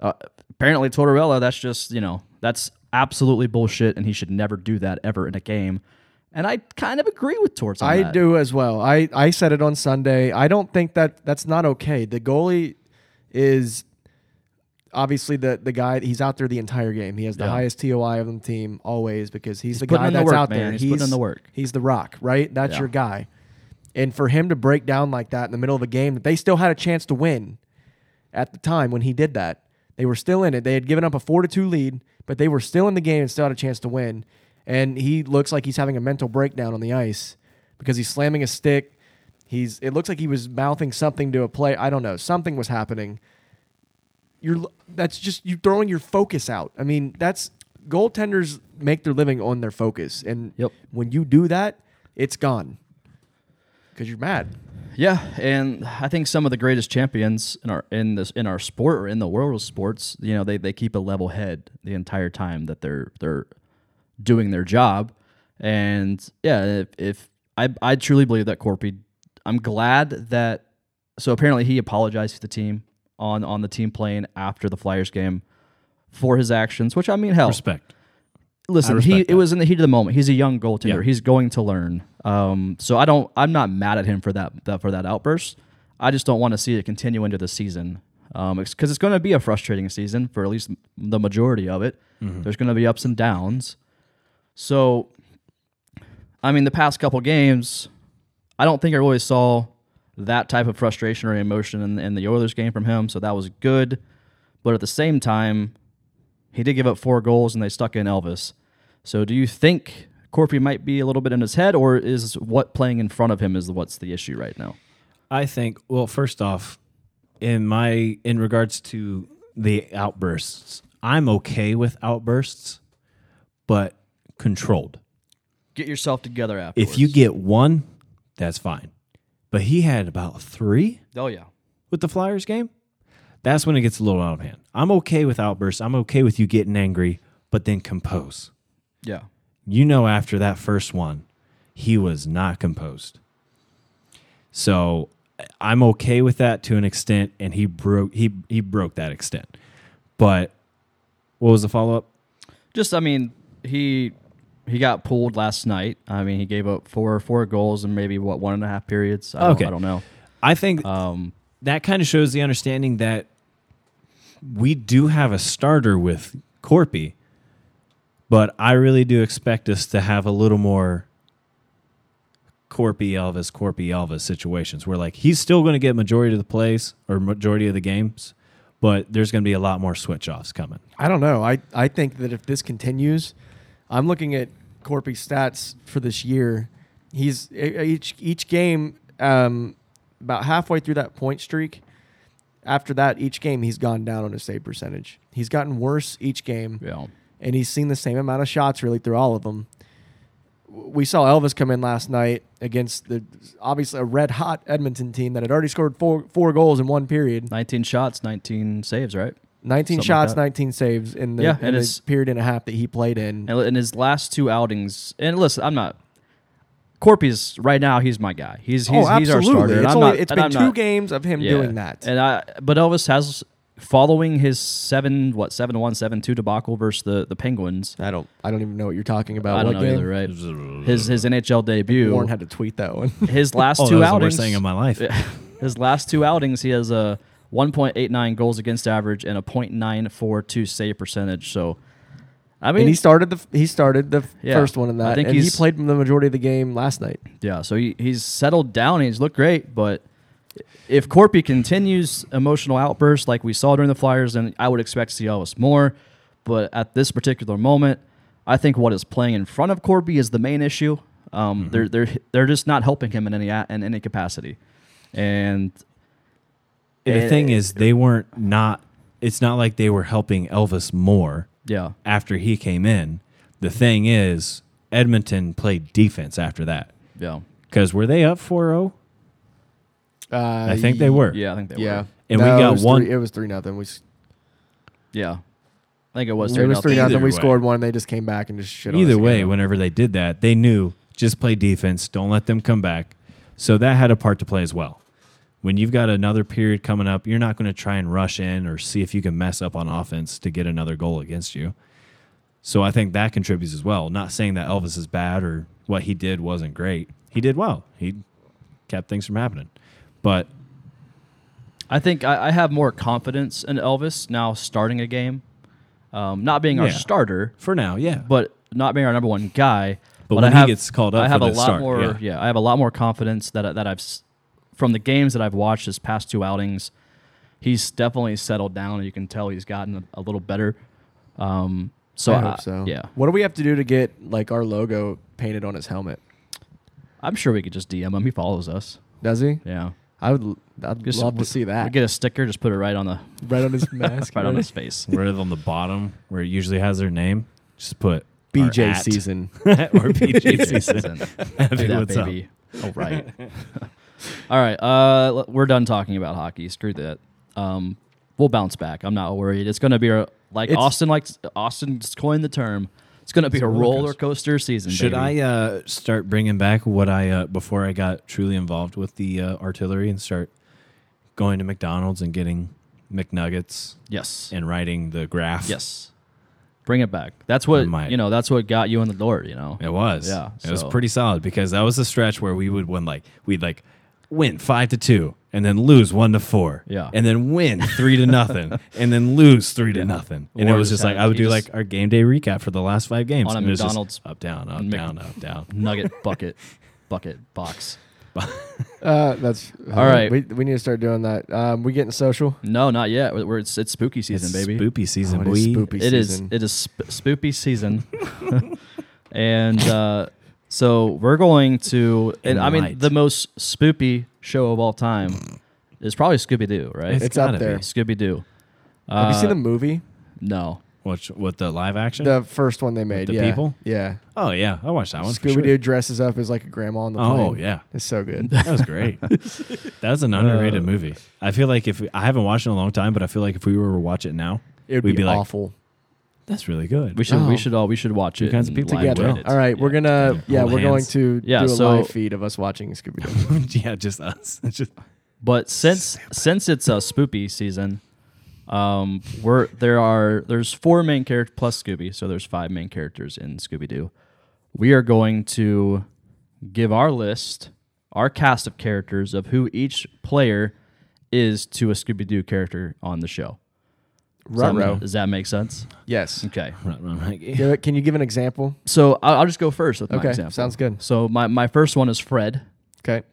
uh, apparently tortorella that's just you know that's absolutely bullshit and he should never do that ever in a game and i kind of agree with torts on
I
that.
do as well. I, I said it on Sunday. I don't think that that's not okay. The goalie is obviously the the guy. He's out there the entire game. He has the highest TOI of the team always because he's, the
putting
guy
in the
that's
work,
out
man.
there.
He's putting in the work.
He's the rock, right? That's
Yeah.
your guy. And for him to break down like that in the middle of a game that they still had a chance to win at the time when he did that. They were still in it. They had given up a four to two lead, but they were still in the game and still had a chance to win. And he looks like he's having a mental breakdown on the ice because he's slamming a stick. He's it looks like he was mouthing something to a play. I don't know. Something was happening. You're l- that's just you throwing your focus out. I mean, that's goaltenders make their living on their focus. And
Yep.
when you do that, it's gone. Cuz you're mad.
Yeah, and I think some of the greatest champions in our in this in our sport or in the world of sports, you know, they, they keep a level head the entire time that they're they're doing their job. And yeah, if, if I I truly believe that Corpy, I'm glad that so apparently he apologized to the team on on the team plane after the Flyers game for his actions, which I mean, hell,
Respect.
listen,
respect
he it was in the heat of the moment. He's a young goaltender.
Yeah.
He's going to learn. Um, so I don't. I'm not mad at him for that, that for that outburst. I just don't want to see it continue into the season because it's going to be a frustrating season for at least the majority of it.
Mm-hmm.
There's going to be ups and downs. So, I mean, the past couple games, I don't think I really saw that type of frustration or emotion in, in the Oilers game from him. So that was good, but at the same time, he did give up four goals and they stuck in Elvis. So do you think Corpy might be a little bit in his head, or is what playing in front of him is what's the issue right now?
I think. Well, first off, in my in regards to the outbursts, I'm okay with outbursts, but controlled.
Get yourself together afterwards.
If you get one, that's fine. But he had about three
oh yeah,
with the Flyers game. That's when it gets a little out of hand. I'm okay with outbursts. I'm okay with you getting angry, but then compose.
yeah,
you know after that first one he was not composed so i'm okay with that to an extent and he broke he he broke that extent but what was the follow-up
just I mean he he got pulled last night. I mean he gave up four four goals and maybe what one and a half periods. I don't,
Okay.
I don't know.
i think
Um,
that kind of shows the understanding that we do have a starter with corpy but i really do expect us to have a little more corpy elvis corpy elvis situations where like he's still going to get majority of the plays or majority of the games but there's going to be a lot more switch offs coming
I don't know. I, I think that if this continues, I'm looking at Corpy's stats for this year. He's e- each each game um, about halfway through that point streak. After that, each game he's gone down on his save percentage. He's gotten worse each game,
yeah,
and he's seen the same amount of shots really through all of them. W- We saw Elvis come in last night against the obviously a red hot Edmonton team that had already scored four four goals in one period.
nineteen shots, nineteen saves, right?
19
Something like
shots,
that.
19 saves in the,
Yeah,
in
and
the
it's-
period and a half that he played in.
And in his last two outings, and listen, I'm not. Corpy's right now. He's my guy. He's he's, he's our starter. and
Oh, It's,
I'm
only-
not-
it's
and
been
I'm
two
not-
games of him
yeah.
doing that.
And I, but Elvis has following his seven what seven one seven two debacle versus the the Penguins.
I don't. I don't even know what you're talking about.
I don't
Uh, What
know
game?
either, right? His his NHL
Warren
debut,
had to tweet that one.
his last
Oh, that
two
was the
outings.
worst thing in my life
his last two outings, he has a 1.89 goals against average and a .942 save percentage. So, I mean,
and he started the. f- He started the f-
Yeah.
first one in that.
I think
and he
he's-
played the majority of the game last night.
Yeah, so he, he's settled down. He's looked great, but if Corpy continues emotional outbursts like we saw during the Flyers, then I would expect to see Elvis more. But at this particular moment, I think what is playing in front of Corpy is the main issue. Um,
Mm-hmm.
They're they're they're just not helping him in any a- in any capacity, and
the thing is they weren't not it's not like they were helping elvis more
yeah,
after he came in the thing is edmonton played defense after that
yeah,
Because were they up 4 0?
Uh,
I think they were.
yeah. I think they
Yeah.
were.
And we
No,
got
it was
one-
Three, it was three nothing. We. s-
Yeah, I think it was
It
three.
was three
Either
nothing. We
way.
scored one. They just came back and just shit. on us
Either way,
again.
whenever they did that, they knew just play defense, don't let them come back. So that had a part to play as well. When you've got another period coming up, you're not going to try and rush in or see if you can mess up on offense to get another goal against you. So I think that contributes as well. Not saying that Elvis is bad or what he did wasn't great. He did well. He kept things from happening. But
I think I, I have more confidence in Elvis now starting a game, um, not being our
Yeah.
starter.
for now, yeah.
but not being our number one guy.
But
I
when he
have-
gets called up
I
for
have a
the
lot
start,
more.
yeah.
Yeah. I have a lot more confidence that that I've s- from the games that I've watched his past two outings. He's definitely settled down, and you can tell he's gotten a, a little better. Um, so
I
I-
hope so.
yeah,
What do we have to do to get like our logo painted on his helmet?
I'm sure we could just DM him. He follows us.
Does he?
Yeah,
I would. l- I'd
Just-
love to see
we
that.
get a sticker, just put it right on the
right on his mask.
right on his face.
where on the bottom where it usually has their name, just put our
BJ
at.
season.
or PJ season.
Isn't-
Abby,
Do that,
what's up?
baby. Oh, right. All right. Uh, l- we're done talking about hockey. Screw that. Um, we'll bounce back. I'm not worried. It's going to be a, like
It's-
Austin likes Austin's coined the term. It's going to be a roller coaster season.
Should I uh, start bringing back what I uh, before I got truly involved with the uh, artillery and start going to McDonald's and getting McNuggets
Yes.
and writing the graph?
Yes. Bring it back. That's what
might.
you know. That's what got you in the door. You know.
It was.
Yeah,
It was
so-
pretty solid because that was the stretch where we would win like we'd like win five to two and then lose one to four.
Yeah.
And then win three to nothing and then lose three to nothing. And
Or
it was
just
just like
have-
I would
you
do
just-
like our game day recap for the last five games.
On a
and it was just
McDonald's
up down, up
Mc-
down, up down.
Nugget bucket, bucket box.
Uh, that's
All right.
We, we need to start doing that. Um, we getting social?
No, not yet. We're, we're- it's, it's spooky season, baby.
Spoopy season,
Oh, it is
boy.
spoopy
It is.
season.
It is sp- spoopy season, and uh, so we're going to. And I mean,
Enlight.
the most spoopy show of all time is probably Scooby Doo, right?
It's up
gotta
there.
Scooby Doo.
Have
Uh,
you seen the movie?
No.
What with the live action?
The first one they made.
the
yeah.
people?
Yeah.
oh yeah, I watched that one. for
Scooby Doo
sure.
dresses up as like a grandma on the plane.
Oh yeah.
It's so good.
That was great. that was an underrated
Uh.
movie. I feel like if I haven't watched it in a long time, but I feel like if we were to watch it now,
It would
We'd
be,
be like,
awful.
that's really good.
We should.
Oh.
We should all. We should watch it.
kinds of
and
people
live
together.
tweet
Well,
it.
All right, we're
Yeah.
gonna yeah,
Hold
we're going
hands.
to
Yeah,
do a
so-
live feed of us watching Scooby Doo.
yeah, just us. It's just
But since since it's a spoopy season, um, we're there are there's four main characters plus Scooby, so there's five main characters in Scooby Doo. We are going to give our list, our cast of characters of who each player is to a Scooby Doo character on the show. Does that-
Ruh-roh.
Does that make sense?
yes.
Okay.
Give it- Can you give an example?
So I'll, I'll just go first with my
Okay,
example.
sounds good.
So my, my first one is Fred.
Okay.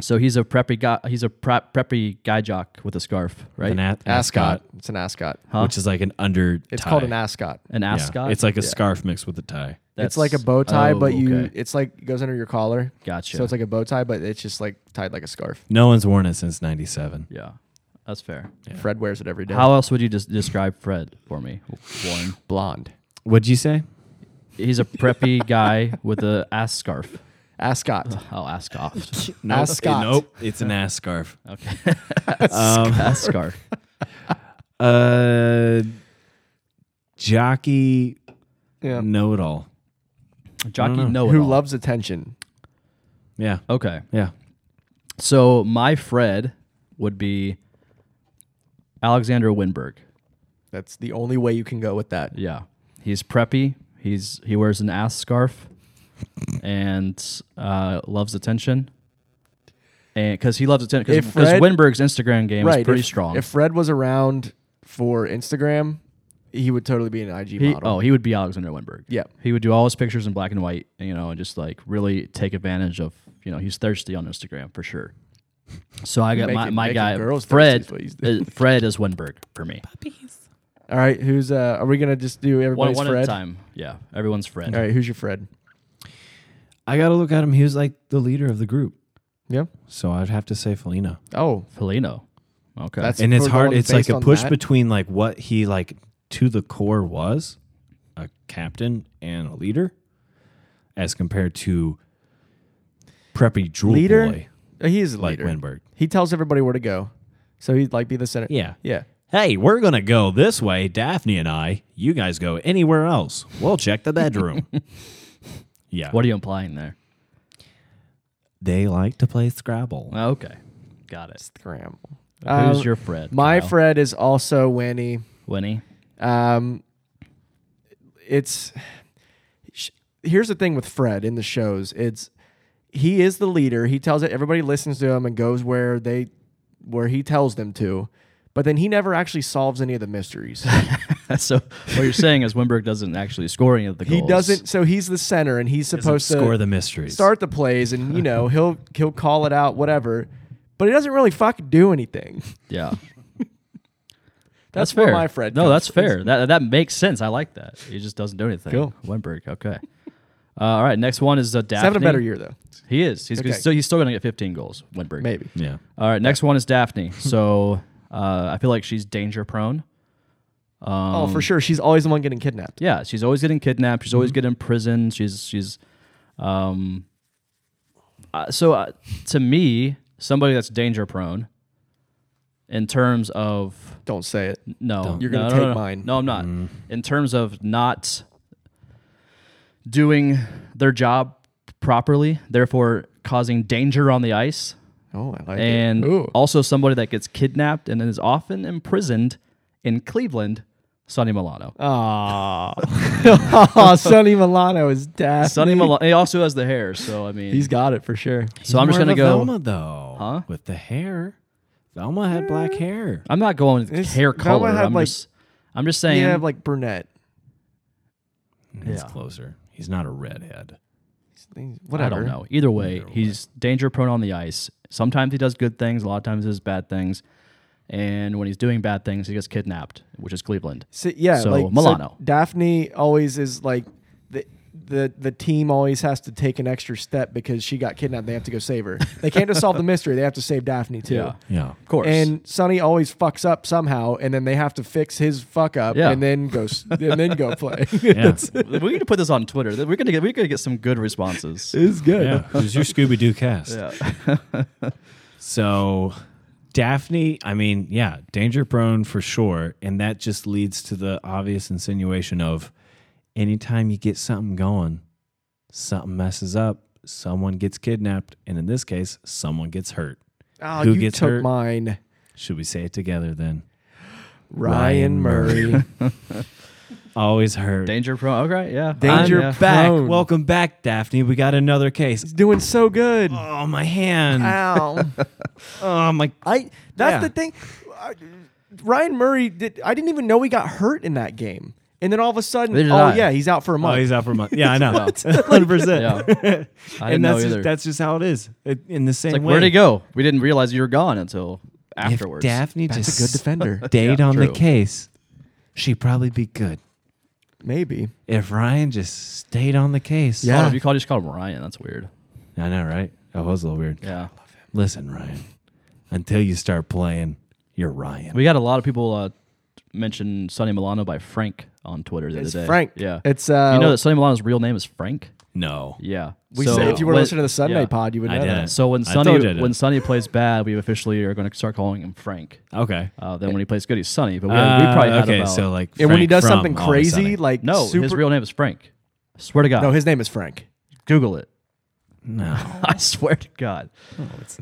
So he's a preppy guy. He's a prep, preppy guy jock with a scarf, right?
an a-
Ascot.
ascot,
It's an ascot.
which is like an under.
It's
tie.
called an ascot.
An
Yeah.
ascot.
It's like a scarf mixed with a tie.
That's-
it's like a bow tie,
oh,
but you
okay.
it's like it goes under your collar.
Gotcha.
So it's like a bow tie, but it's just like tied like a scarf.
No one's worn it since '97.
yeah, that's fair.
Fred wears it every day.
How else would you des- describe Fred for me, Warren?
blonde.
What'd you say?
He's a preppy guy with a Oh, ass scarf.
Ascot.
I'll ask off.
Nope.
Ascot.
Nope. It's an ass scarf.
ass scarf.
Uh, jockey
Yeah.
know-it-all.
Jockey know
Who loves attention?
Yeah.
Okay,
Yeah.
so my Fred would be Alexander Winberg.
That's the only way you can go with that.
Yeah, he's preppy. He's he wears an ass scarf, and uh, loves attention. And because he loves attention,
If
because
Fred-
Winberg's Instagram game is pretty
if,
strong.
If Fred was around for Instagram, he would totally be an IG
He,
model.
oh, he would be Alexander Winberg.
Yeah.
He would do all his pictures in black and white, you know, and just like really take advantage of, you know, he's thirsty on Instagram for sure. So I got
Making-
my, my
making
guy,
girls thirsty
Fred,
is what he's
is, Fred is Winberg for me.
All right, who's uh are we gonna just do
One,
everybody's
one
Fred?
at a time. Yeah. Everyone's Fred.
All right, who's your Fred?
I gotta look at him. He was like the leader of the group,
Yeah.
so I'd have to say Felina.
Oh,
Felino. Okay.
That's-
and it's
we're
hard
going
it's like
based
a
on
push
that?
between like what he like to the core was a captain and a leader as compared to preppy drool
leader.
boy
Uh, He is a
like
leader.
Winberg.
He tells everybody where to go, so he'd like be the center.
Yeah.
Yeah.
Hey, we're going to go this way, Daphne and I. You guys go anywhere else. We'll check the bedroom. yeah.
what are you implying there?
they like to play Scrabble.
Okay. Got it.
Scramble.
Who's
Um,
your Fred?
My
Kyle?
Fred is also Winnie.
Winnie.
Um, it's sh- here's the thing with Fred in the shows. It's he is the leader. He tells it everybody listens to him and goes where they where he tells them to. But then he never actually solves any of the mysteries.
so what you're saying is Winberg doesn't actually score any of the
he
goals.
doesn't. So he's the center, and he's supposed to
Score the mysteries.
start the plays, and you know he'll he'll call it out, whatever. But he doesn't really fucking do anything.
Yeah.
That's,
fair.
where my Fred.
No,
comes
that's
from.
fair. That that makes sense. I like that. He just doesn't do anything.
Cool.
Wenberg. Okay. Uh, all right. Next one is uh, Daphne.
He's having a better year though,
He is. He's,
Okay.
still he's still gonna get 15 goals. Wenberg.
maybe.
yeah.
All right. Next one is Daphne. So uh, I feel like she's danger prone.
oh,
um,
for sure. She's always the one getting kidnapped.
Yeah. She's always getting kidnapped. She's always getting imprisoned. She's she's. Um. uh, so uh, to me, somebody that's danger prone. In terms of
Don't say it.
No,
You're gonna
no,
take
no, no.
mine.
No, I'm not. In terms of not doing their job properly, therefore causing danger on the ice,
Oh, I like
and
it. Ooh.
also somebody that gets kidnapped and is often imprisoned in Cleveland Sonny Milano.
Aw. Sonny Milano is dead.
Sonny Milano. He also has the hair, so I mean,
He's got it for sure.
so I'm just
More of a
gonna go.
Velma though. Eh.
Huh?
With the hair. Velma had black hair.
I'm not going with
It's-
hair
Velma
color.
had,
I'm
like-
just, I'm just
You
saying.
have like brunette.
It's
Yeah.
closer. He's not a redhead.
I
Whatever.
don't know. Either way, he's danger prone on the ice. Sometimes he does good things. A lot of times he does bad things. And when he's doing bad things, he gets kidnapped, which is Cleveland.
So, yeah,
So,
like so
Milano.
Daphne always is like the the the team always has to take an extra step because she got kidnapped. They have to go save her. They can't just solve the mystery. They have to save Daphne too.
Yeah.
Yeah.
Of course.
And Sonny always fucks up somehow, and then they have to fix his fuck up,
Yeah.
and then go s- and then go play.
Yeah.
we need to put this on Twitter. We're gonna get we're gonna get some good responses.
It's good.
yeah. It was your Scooby Doo cast. So Daphne, I mean, yeah, danger prone for sure. And that just leads to the obvious insinuation of anytime you get something going, something messes up, someone gets kidnapped, and in this case, someone gets hurt.
Oh,
Who
you
gets
took
hurt?
mine,
Should we say it together then? Ryan
Ryan Murray.
Always hurt.
Danger prone. Okay, yeah.
Danger
I'm
yeah.
back.
prone.
Welcome back, Daphne. We got another case.
He's doing so good.
Oh, my hand.
Ow.
Oh, my.
I that's
Yeah.
the thing. I- Ryan Murray did. I didn't even know he got hurt in that game, and then all of a sudden,
Neither did
oh
I.
yeah, he's out for a
Oh,
month.
he's out for a month. Yeah, I know. 100%.
Yeah. I didn't
And
know
that's
either.
just, that's just how it is. It- in the same
like
way.
where'd he go? We didn't realize you were gone until
If
afterwards.
Daphne
That's
just
a good defender.
stayed
Yeah,
on the
true.
case, she'd probably be good.
Maybe
If Ryan just stayed on the case,
Yeah.
Oh, if you call, just call him Ryan. That's weird.
I know, right? That was a little weird.
Yeah.
Listen, Ryan, until you start playing, you're Ryan.
We got a lot of people uh, mention Sonny Milano by Frank on Twitter the
it's
other day.
Frank.
Yeah.
it's uh,
you know that Sonny Milano's real name is Frank?
no,
Yeah.
we said if you were
when-
listening to the Sunday
yeah.
pod, you would
I
know
didn't.
that.
So when
I told you I
Sonny
did.
when Sonny plays bad, we officially are going to start calling him Frank.
okay.
Uh, then when he plays good, he's Sonny. But we, we
Uh,
probably had
okay.
about,
So like,
And when he
Frank
does
from
something
All of a
crazy,
Sudden.
like
no,
super,
his real name is Frank. I swear to God.
no, his name is Frank.
Google it.
no, Oh,
I swear to God.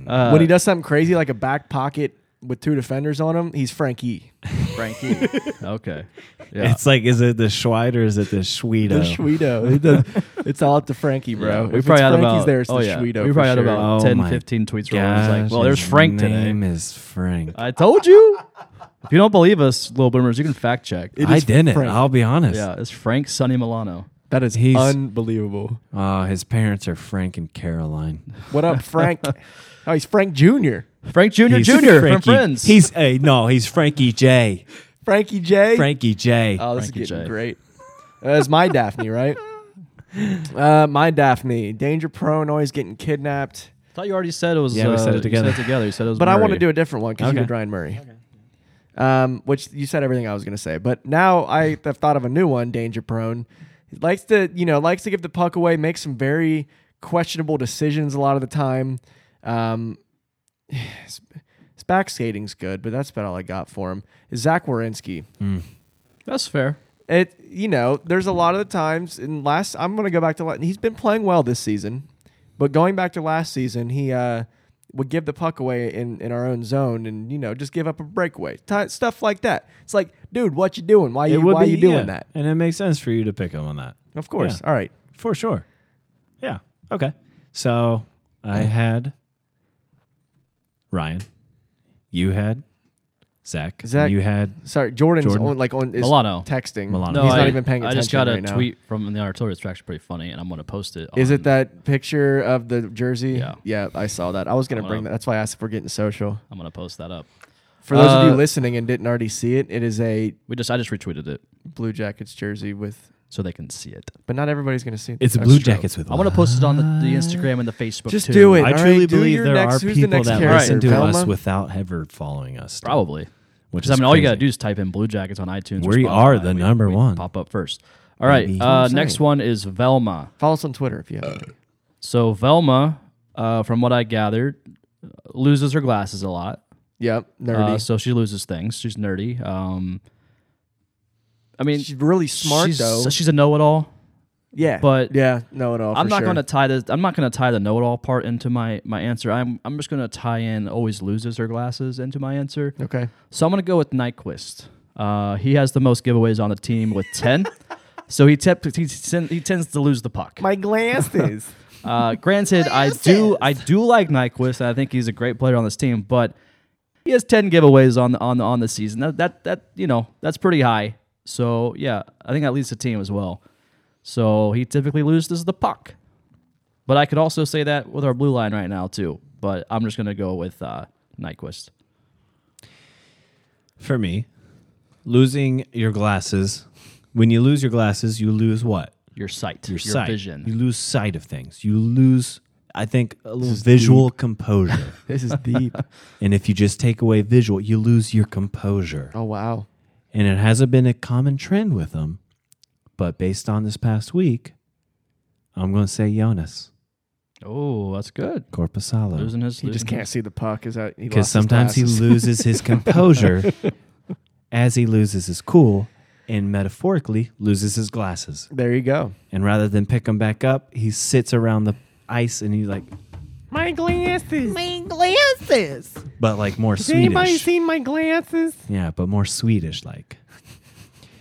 Uh,
when he does something crazy, like a back pocket with two defenders on him, he's E. Frankie.
Frankie. okay. Yeah.
it's like, is it the Schweid or is it the Schwedo?
The Schwedo. It does- it's all up to Frankie, bro.
Yeah, we
if
probably
it's
had
Frankie's
about
there, it's the
oh, yeah.
Schwedo.
We probably
for
had
sure.
about uh,
Oh,
10,
my
15 tweets where I was
Gosh,
like, "Well, there's
his
Frank today."
Name is Frank.
I told you. if you don't believe us, little boomers, you can fact check.
I didn't.
Frank.
I'll be honest.
yeah, it's Frank Sonny Milano.
that is
He's-
unbelievable.
Uh, his parents are Frank and Caroline.
What up, Frank? oh, he's Frank Jr.
Frank Junior
He's
Junior from
Frankie-
Friends.
He's hey, no, he's Frankie J.
Frankie J.
Frankie J.
Oh, this
Frankie
is getting
J.
great. That's my Daphne, right? Uh, my Daphne, danger prone, always getting kidnapped.
I thought you already said it was.
Yeah, we
uh,
said it together.
You said it together. You said it was.
But I want to
Murray.
do a different one because
Okay.
you did Ryan Murray. Um, which you said everything I was going to say, but now I have thought of a new one. Danger prone, He likes to you know likes to give the puck away, makes some very questionable decisions a lot of the time. Um, his, his back skating's good, but that's about all I got for him. Is Zach Wierenski.
That's fair.
it you know there's a lot of the times and last i'm going to go back to la- he's been playing well this season but going back to last season he uh would give the puck away in, in our own zone and you know just give up a breakaway Ti stuff like that it's like dude what you doing why you why you doing that
And it makes sense for you to pick him on that.
of course
Yeah.
all right
For sure. Yeah. Okay. So I had Ryan. You had Zach. and
Zach.
You had
sorry jordan's
Jordan.
on like on is
Milano.
texting
Milano.
he's
I,
not even paying
I
attention
just got a
right now.
tweet from the artillery. It's actually pretty funny, and I'm going to post it.
is
on-
it that picture of the jersey
Yeah.
yeah i saw that i was going to
Milano.
bring that that's why i asked if we're getting social
I'm going to post that up.
for those of you
Uh,
listening and didn't already see it it is a
We just I just retweeted it
blue jackets jersey with
so they can see it.
But not everybody's gonna see it.
it's
That's
Blue
true.
Jackets with
I want to post it on the, the Instagram and the Facebook.
Just
too.
do it.
I
All
truly
right, do
believe
your
there
next-
are
who's the
people
next
that
character?
listen to us
Velma?
without ever following us. still,
Probably.
Which
Because
is
I mean, all you gotta
crazy.
do is type in Blue Jackets on iTunes. or
We are
Spotify.
the
We-
number
we
one.
Pop up first. All right.
Maybe.
Uh,
That's what I'm
next
saying.
one is Velma.
Follow us on Twitter if you have. any.
So Velma, uh, from what I gathered, loses her glasses a lot.
Yep, nerdy.
Uh, so she loses things. She's nerdy. Um, I mean,
she's really smart
she's,
though.
She's a know-it-all.
yeah,
but-
yeah, know it all.
I'm
for
not
sure.
gonna tie the I'm not gonna tie the know-it-all part into my my answer. I'm I'm just gonna tie in always loses her glasses into my answer.
Okay,
So I'm gonna go with Nyquist. Uh, he has the most giveaways on the team with 10. so he, tep- he, sen- he tends to lose the puck.
My glasses.
Uh, granted, I do I do like Nyquist, and I think he's a great player on this team, but he has ten giveaways on the on the on the season. That that that you know that's pretty high. So yeah, I think that leads the team as well. So he typically loses the puck, but I could also say that with our blue line right now too. But I'm just gonna go with uh, Nyquist.
For me, losing your glasses. When you lose your glasses, you lose what?
Your sight,
Your, sight.
vision.
You lose sight of things. You lose, I think, a little visual composure.
This is deep.
and if you just take away visual, you lose your composure.
oh wow.
And it hasn't been a common trend with them. But based on this past week, I'm going to say Jonas
oh, that's good.
Corpusalo.
Losing his,
He just
losing
can't see the puck. Is that
Because sometimes he
loses.
loses his composure as he loses his cool and metaphorically loses his glasses.
There you go.
And rather than pick them back up, he sits around the ice and he's like,
my glasses. My glasses.
but like more
Has anybody
Swedish.
seen my glasses?
Yeah, but more Swedish like.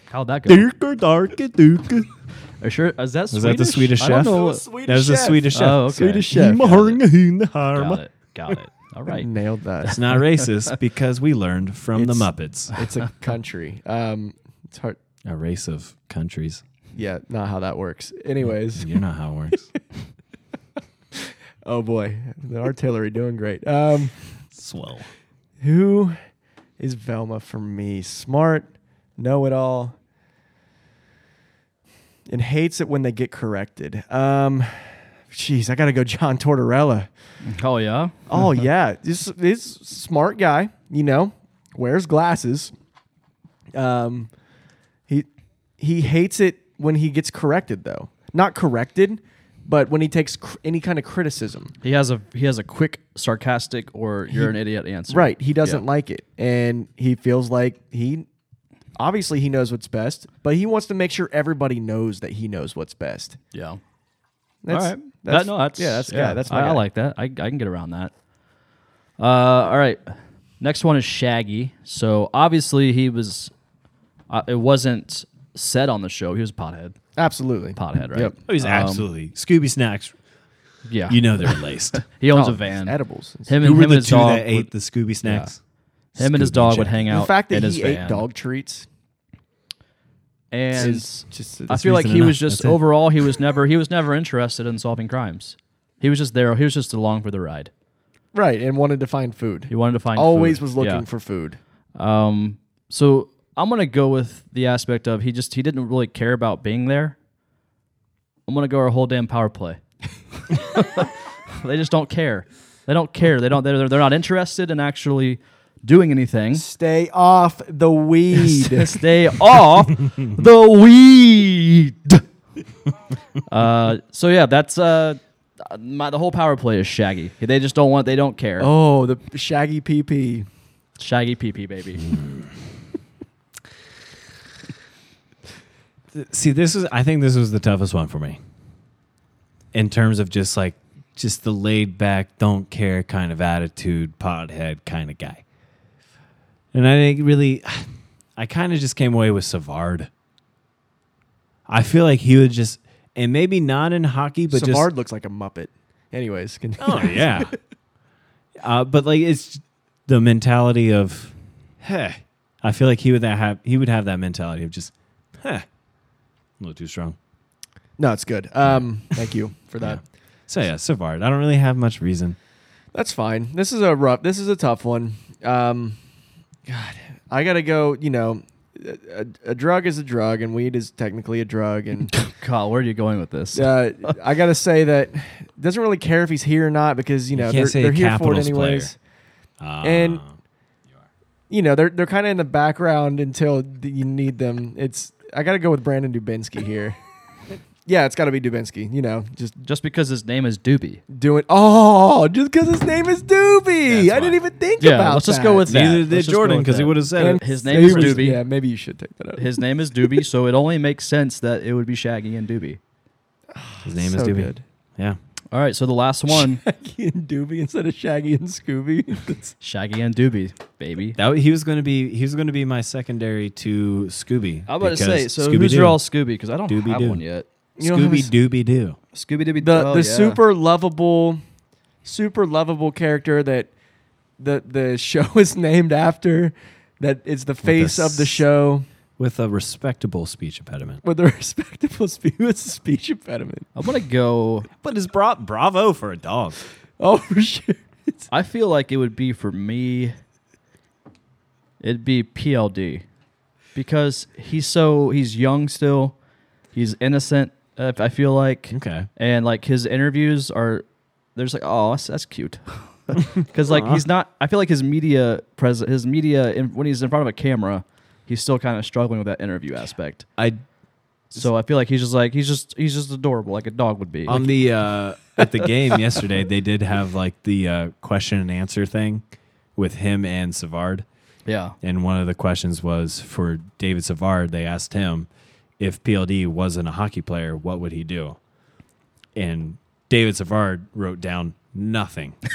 How'd that go?
Is
Are you sure? Is that Swedish?
that the Swedish
I don't
chef?
know.
That was a Swedish chef.
Oh, okay. Swedish
chef.
Got it. Got it. All right.
Nailed that.
It's not racist because we learned from the
It's-
Muppets.
it's a country. Um, it's hard.
A race of countries.
Yeah, not how that works. Anyways,
You know how it works.
oh boy, the artillery doing great. Um,
Swell.
who is Velma for me? Smart, know it all, and hates it when they get corrected. Um, jeez, I gotta go John Tortorella.
Oh yeah.
Oh yeah, this this smart guy, you know, wears glasses. Um, he he hates it when he gets corrected though. Not corrected, but when he takes cr- any kind of criticism.
He has a he has a quick sarcastic or you're an idiot answer.
Right, he doesn't
Yeah.
like it, and he feels like he obviously he knows what's best, but he wants to make sure everybody knows that he knows what's best.
Yeah.
That's,
all right.
That's,
that, no, that's
yeah, that's the guy. That's my
I, I
guy.
like that. I, I can get around that. Uh, all right. Next one is Shaggy. So obviously he was. Uh, it wasn't said on the show. He was a pothead.
absolutely
Pothead, right?
Yep.
Oh, He's absolutely Scooby Snacks.
Yeah.
Um, You know they're laced.
he owns
Oh,
a van.
edibles.
Him
Who
and
were
him and
the
his
two
dog.
that ate the Scooby Snacks?
would, him and his
Scooby
dog
Jack.
would hang out.
the fact that
in
he
his
ate
van.
dog treats
and
is just
I feel like
reason
he was
enough.
just
That's it.
overall he was never he was never interested in solving crimes. He was just there. He was just along for the ride.
right, and wanted to find food.
He wanted to find
always
food.
was looking
Yeah.
for food.
Um, so I'm gonna go with the aspect of he just he didn't really care about being there. I'm gonna go our whole damn power play. they just don't care. They don't care. They don't. They're they're not interested in actually doing anything.
Stay off the weed.
Stay off the weed. uh, so yeah, that's uh, my the whole power play is Shaggy. They just don't want. They don't care.
oh, the shaggy PP.
Shaggy PP baby.
See, this is. I think this was the toughest one for me. In terms of just like just the laid back, don't care kind of attitude, pothead kind of guy. And I think really, I kind of just came away with Savard. I feel like he would just, and maybe not in hockey, but just
Savard looks like a muppet. Anyways, can,
Oh yeah. uh, but like it's the mentality of, heh. I feel like he would that have he would have that mentality of just, heh, a little too strong.
no, it's good. Um, thank you for that.
So yeah, Savard. I don't really have much reason.
That's fine. This is a rough. This is a tough one. Um, God, I gotta go. You know, a, a, a drug is a drug, and weed is technically a drug, and
Kyle, where are you going with this?
uh, I gotta say that doesn't really care if he's here or not because you know
can't
they're,
say
they're
a
here for it
Capitals player.
anyways.
Uh,
And- you know they're they're kind of in the background until th- you need them. It's I got to go with Brandon Dubinsky here. yeah, it's got to be Dubinsky. You know, just
Just because his name is Doobie.
doing. Oh, just because his name is Doobie,
That's
I didn't
why.
even think
Yeah,
about.
let's just
that.
go with that.
neither
Let's
did
just go
Jordan
with
because he
that.
would have said
And
it.
His name is
Sabres-
Doobie.
Yeah, maybe you should take that out.
His name is Doobie, so it only makes sense that it would be Shaggy and Doobie.
His name
So
is Doobie.
good.
Yeah.
All right, so the last one,
Shaggy and Doobie instead of Shaggy and Scooby. That's-
Shaggy and Doobie, baby.
That he was going to be he was going to be my secondary to Scooby.
I'm about to say,
because
so who's
Scooby-Doo.
your all Scooby? Because I don't have
Doobie-Doo.
one yet.
You don't have a
Scooby Dooby Doo.
Scooby Dooby.
the
oh,
the
yeah.
super lovable, super lovable character that the the show is named after. That is the face of the
s-
show
with a respectable speech impediment.
with a respectable speech. It's a speech impediment.
I'm gonna go.
But it's bra- bravo for a dog.
Oh, for sure. It's-
I feel like it would be for me. It'd be PLD, because he's so he's young still, he's innocent. uh, I feel like,
Okay.
and like his interviews are, there's like oh that's, that's cute, because like he's not. I feel like his media present his media in, when he's in front of a camera, he's still kind of struggling with that interview aspect.
I
So I feel like he's just like he's just he's just adorable like a dog would be.
on the uh, at the game yesterday they did have like the uh, question and answer thing with him and Savard.
yeah.
And one of the questions was for David Savard, they asked him if PLD wasn't a hockey player, what would he do? And David Savard wrote down nothing.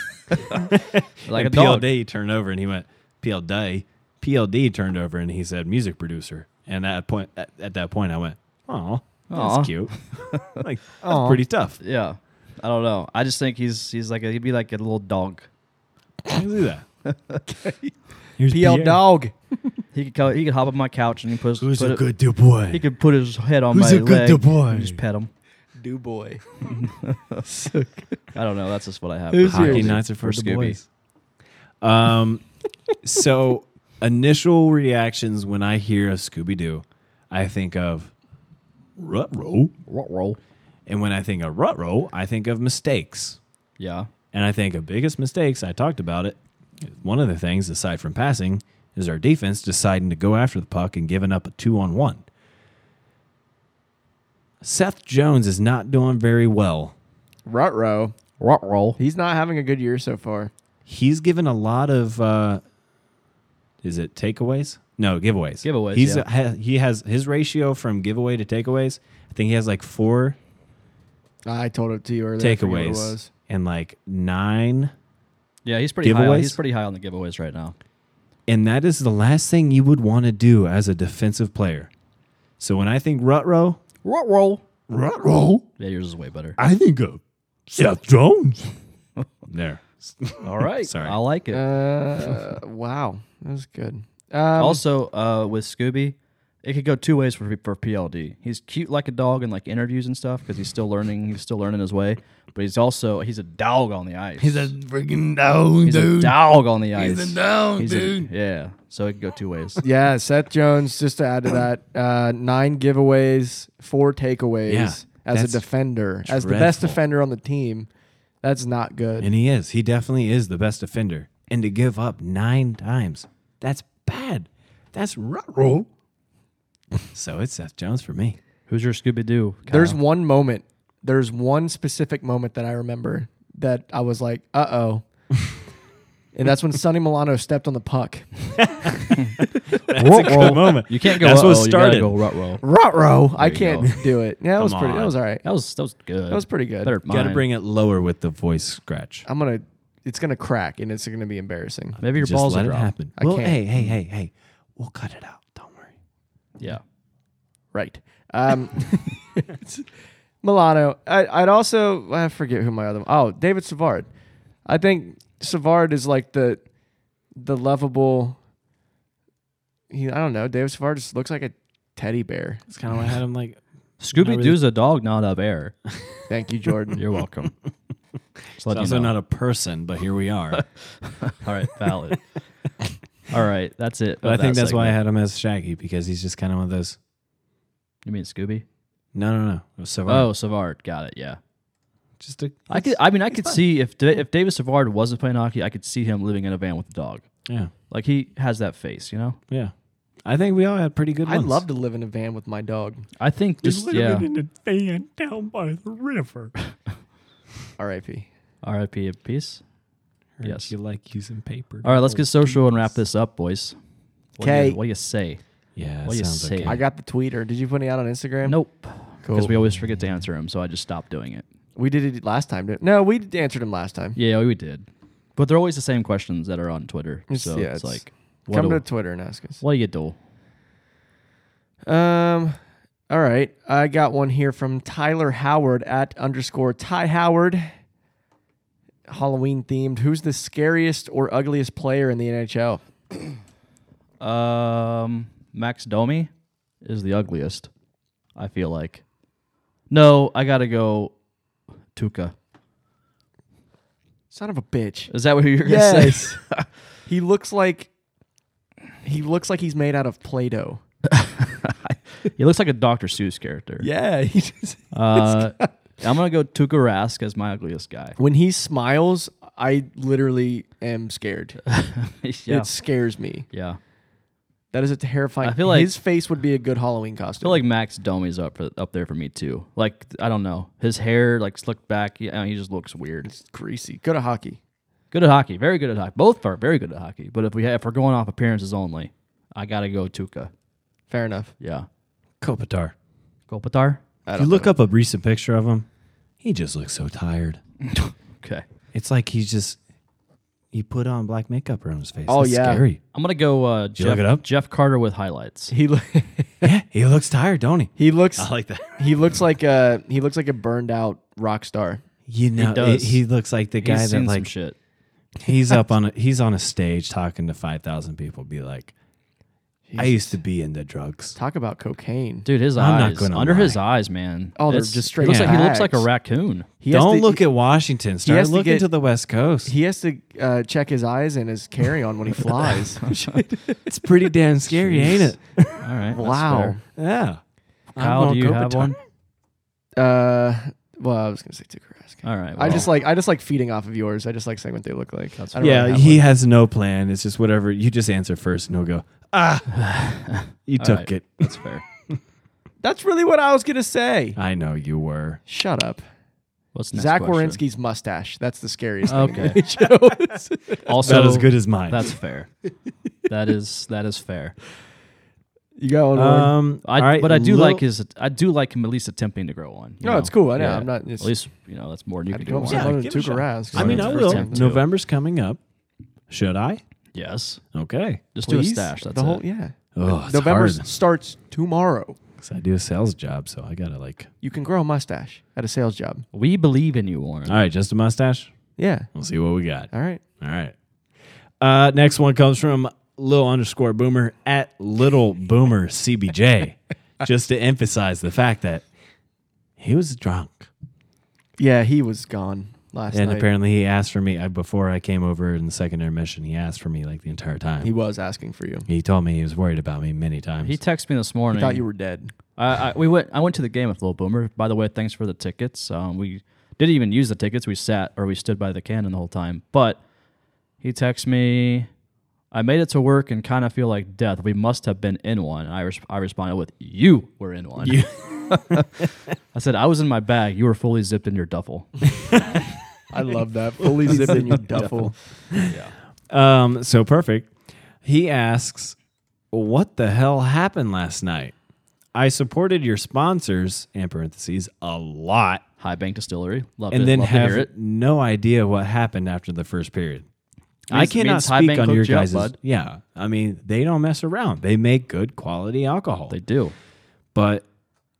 Like
and
a dog.
PLD turned over and he went, PLD. PLD turned over and he said, music producer. And at point at, at that point I went, Oh, that's
Aw.
cute. like that's pretty tough.
Yeah. I don't know. I just think he's he's like a, he'd be like a little dog.
You can do that.
PL dog.
He could co- he could hop on my couch and he put, his- put it-
good boy?
he could put his head on
Who's
my
a good
leg
boy?
and just pet him.
Do boy.
I don't know. That's just what I have.
Who's
for
yours?
Hockey
Scooby.
nights are for,
For
the
Scooby.
boys. Um, so initial reactions when I hear of Scooby Doo, I think of rut roll,
Roll, roll.
and when I think of rut roll, I think of mistakes,
Yeah.
and I think of biggest mistakes. I talked about it. One of the things, aside from passing, is our defense deciding to go after the puck and giving up a two on one. Seth Jones is not doing very well.
Rutro.
Roll, roll.
He's not having a good year so far.
he's given a lot of uh is it takeaways no giveaways
Giveaways,
he's
yeah.
ha- he has his ratio from giveaway to takeaways i think he has like four
I told it to you earlier. I forget what it
takeaways
was.
and like nine
Yeah, he's pretty high. On,
Giveaways?
he's pretty high on the giveaways right now.
and that is the last thing you would want to do as a defensive player so when i think rut row
Roll, roll.
Rut roll.
Yeah, yours is way better.
I think of Seth Jones.
there
All right.
Sorry.
I like it.
Uh, wow, that was good. Um,
also, uh, with Scooby, it could go two ways for for PLD. He's cute like a dog in like interviews and stuff because he's still learning. He's still learning his way, but he's also he's a dog on the ice.
He's a freaking dog,
He's
dude.
a dog on the ice.
He's a dog,
He's a-
dude.
yeah. So it could go two ways.
yeah, Seth Jones. Just to add to that, uh, nine giveaways, four takeaways
Yeah,
as a
that's
defender, as the best
dreadful.
defender on the team. That's not good.
and he is he definitely is the best defender and to give up nine times that's bad that's rut roll so it's seth jones for me
Who's your Scooby Doo?
There's one moment. There's one specific moment that I remember that I was like, uh oh. and that's when Sonny Milano stepped on the puck.
that's a good moment. You can't go.
That's
That's
what
what started.
started.
Go rut roll.
Rotro. I
you
can't do it. Yeah, that was
Come
pretty. That
on.
was all right.
That was that was good.
That was pretty good.
Better. than
Got to
mine.
bring it lower with the voice scratch.
I'm gonna. It's gonna crack, and it's gonna be embarrassing.
Maybe your
Just
balls
let
will
it
drop.
happen.
I
well,
can't.
hey, hey, hey, hey, we'll cut it out. Don't worry.
Yeah.
Right. Um, Milano. I, I'd also I forget who my other oh David Savard. I think Savard is like the the lovable. He, I don't know. David Savard just looks like a teddy bear.
That's kind of what I had him like.
Scooby Doo's a dog, not a bear.
Thank you, Jordan.
You're welcome. Just
It's
let you
also
know.
not a person, but here we are.
All right, valid. All right, that's it.
but I
of
think
that
that's why I had
segment.
him as Shaggy because he's just kind of one of those.
You mean Scooby?
No, no, no. It was Savard.
Oh, Savard. Got it. Yeah.
just a,
I could. I mean, I could see if Da- if David Savard wasn't playing hockey, I could see him living in a van with a dog.
yeah,
Like he has that face, you know.
yeah. I think we all had pretty good.
I'd
ones.
love to live in a van with my dog.
I think just yeah.
in a van down by the river.
R.I.P.
R.I.P. in peace.
Heard
yes.
you like using paper.
All right,
Oh,
let's get social and wrap this up, boys. What do you-
'Kay.
What do you say?
Yeah, that
What do you
sounds
say?
okay.
I got the tweeter. Did you put it out on Instagram?
Nope.
Cool.
Because we always forget to answer them, so I just stopped doing it.
We did it last time. didn't- No, we answered him last time.
Yeah, we did. But they're always the same questions that are on Twitter.
It's-
so
yeah,
it's,
it's-
like, what
Come
do,
to Twitter and ask us.
what do you do?
Um. All right, I got one here from Tyler Howard at underscore Ty Howard. Halloween themed. Who's the scariest or ugliest player in the NHL?
Um, Max Domi is the ugliest. I feel like. No, I gotta go. Tuca.
Son of a bitch.
Is that what you're gonna say?
Yes. he looks like he looks like he's made out of Play-Doh.
He looks like a Dr. Seuss character.
Yeah, he just,
Uh, I'm gonna go Tuka Rask as my ugliest guy.
when he smiles, I literally am scared.
yeah.
It scares me.
yeah. I
That is a terrifying.
I feel like-
his face would be a good Halloween costume.
feel like Max Domi's up for, up there for me too. Like I don't know, his hair like slicked back. He, I mean, he just looks weird.
it's greasy. Go to hockey.
Good at hockey, very good at hockey. Both are very good at hockey. But if we have, if we're going off appearances only, I gotta go Tuca.
Fair enough.
Yeah,
Kopitar.
Kopitar.
If you look up a recent picture of him, he just looks so tired.
Okay,
It's like he's just he put on black makeup around his face.
Oh,
That's
yeah.
scary.
I'm gonna go uh,
you look
Jeff,
it up?
Jeff Carter with highlights.
He lo-
yeah, he looks tired, don't he?
he looks
like that.
he looks like a he looks like a burned out rock star.
You know,
does.
He, he looks like the guy
He's
that
seen some
like
shit.
he's up on a, he's on a stage talking to five thousand people. Be like, I used to be into drugs.
Talk about cocaine.
Dude, his
I'm not
eyes
gonna
under his
lie.
eyes, man.
Oh, they're
It's-
just
it
straight
Looks like he looks
bags.
like a raccoon.
He has
Don't
to-
look at Washington. Start
has to
looking
get-
to the West Coast.
He has to uh, check his eyes and his carry on when he flies.
it's pretty damn scary, ain't it?
All right. that's
wow.
fair.
Yeah. I'm
Kyle, do
going
you have
Kopitar.
one?
Uh, well, I was gonna say Tukarask.
All right.
I
well,
just like I just like feeding off of yours. I just like saying what they look like. I don't
Yeah,
really have
he
one.
has no plan. It's just whatever. You just answer first, and he'll go. Ah, you
all
took
right,
it.
That's fair.
That's really what I was gonna say.
I know you were.
Shut up.
What's next
Zach
question?
Warinsky's mustache. That's the scariest thing.
Okay. also,
Not as good as mine.
that's fair. That is that is fair.
You got one. Warren?
um.
I,
all right,
but I do
Lil-
like his. I do like him at least attempting to grow one. you
No,
know?
it's cool. I know. I'm not- it's-
at least you know that's more than you can
Had to
do.
come up
One.
with
Yeah,
something
give
to
it a shot.
Tukarask.
I mean,
It's
I
the first
will.
time, too.
November's coming up. Should I?
Yes,
Okay.
just do a
Please?
stash. That's
the whole
it.
yeah.
Oh, it's
November
hard.
starts tomorrow.
'Cause I do a sales job, so I gotta like.
You can grow a mustache at a sales job.
We believe in you, Warren.
All right, just a mustache.
Yeah.
We'll see what we got.
All right.
All right. Uh, next one comes from Lil underscore Boomer at Little Boomer CBJ, just to emphasize the fact that he was drunk,
Yeah, he was gone last
and
night.
apparently he asked for me I, before I came over in the second intermission. He asked for me like the entire time.
he
He,
was asking for you.
told me he was worried about me many times.
He texted me this morning.
He thought you were dead.
I, I we went. I went to the game with Lil Boomer. By the way, thanks for the tickets. Um, we didn't even use the tickets. We sat or we stood by the cannon the whole time. But he texts me, "I made it to work and kind of feel like death. We must have been in one." And I res- I responded with, "You were in one." I said, "I was in my bag. You were fully zipped in your duffel."
I love that. Fully zipped in your duffel.
Um, so perfect. He asks, "What the hell happened last night?" I supported your sponsors in parentheses a lot,
High Bank Distillery, love it.
and then
love to hear
have
it.
no idea what happened after the first period. I
Means-
cannot
means High
speak
Bank
on your
hooked you up,
guys'
bud.
yeah. I mean, they don't mess around. They make good quality alcohol.
They do.
but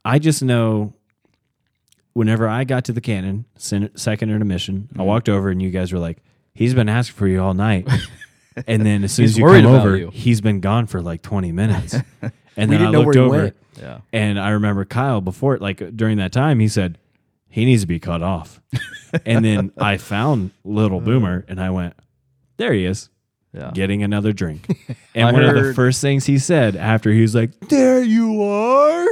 I just know whenever I got to the cannon, sen- second intermission,
Mm-hmm.
I walked over and you guys were like, he's been asking for you all night. and then as soon
He's
as you
worried
come
about
over,
you.
he's been gone for like 20 minutes. And then
didn't
I
know
looked
where he
over
went.
Yeah.
and I remember Kyle before, like during that time, he said, he needs to be cut off. and then I found Little Boomer and I went, there he is
Uh. Yeah.
getting another drink. And one of the first things he said after he was like, "There you are,"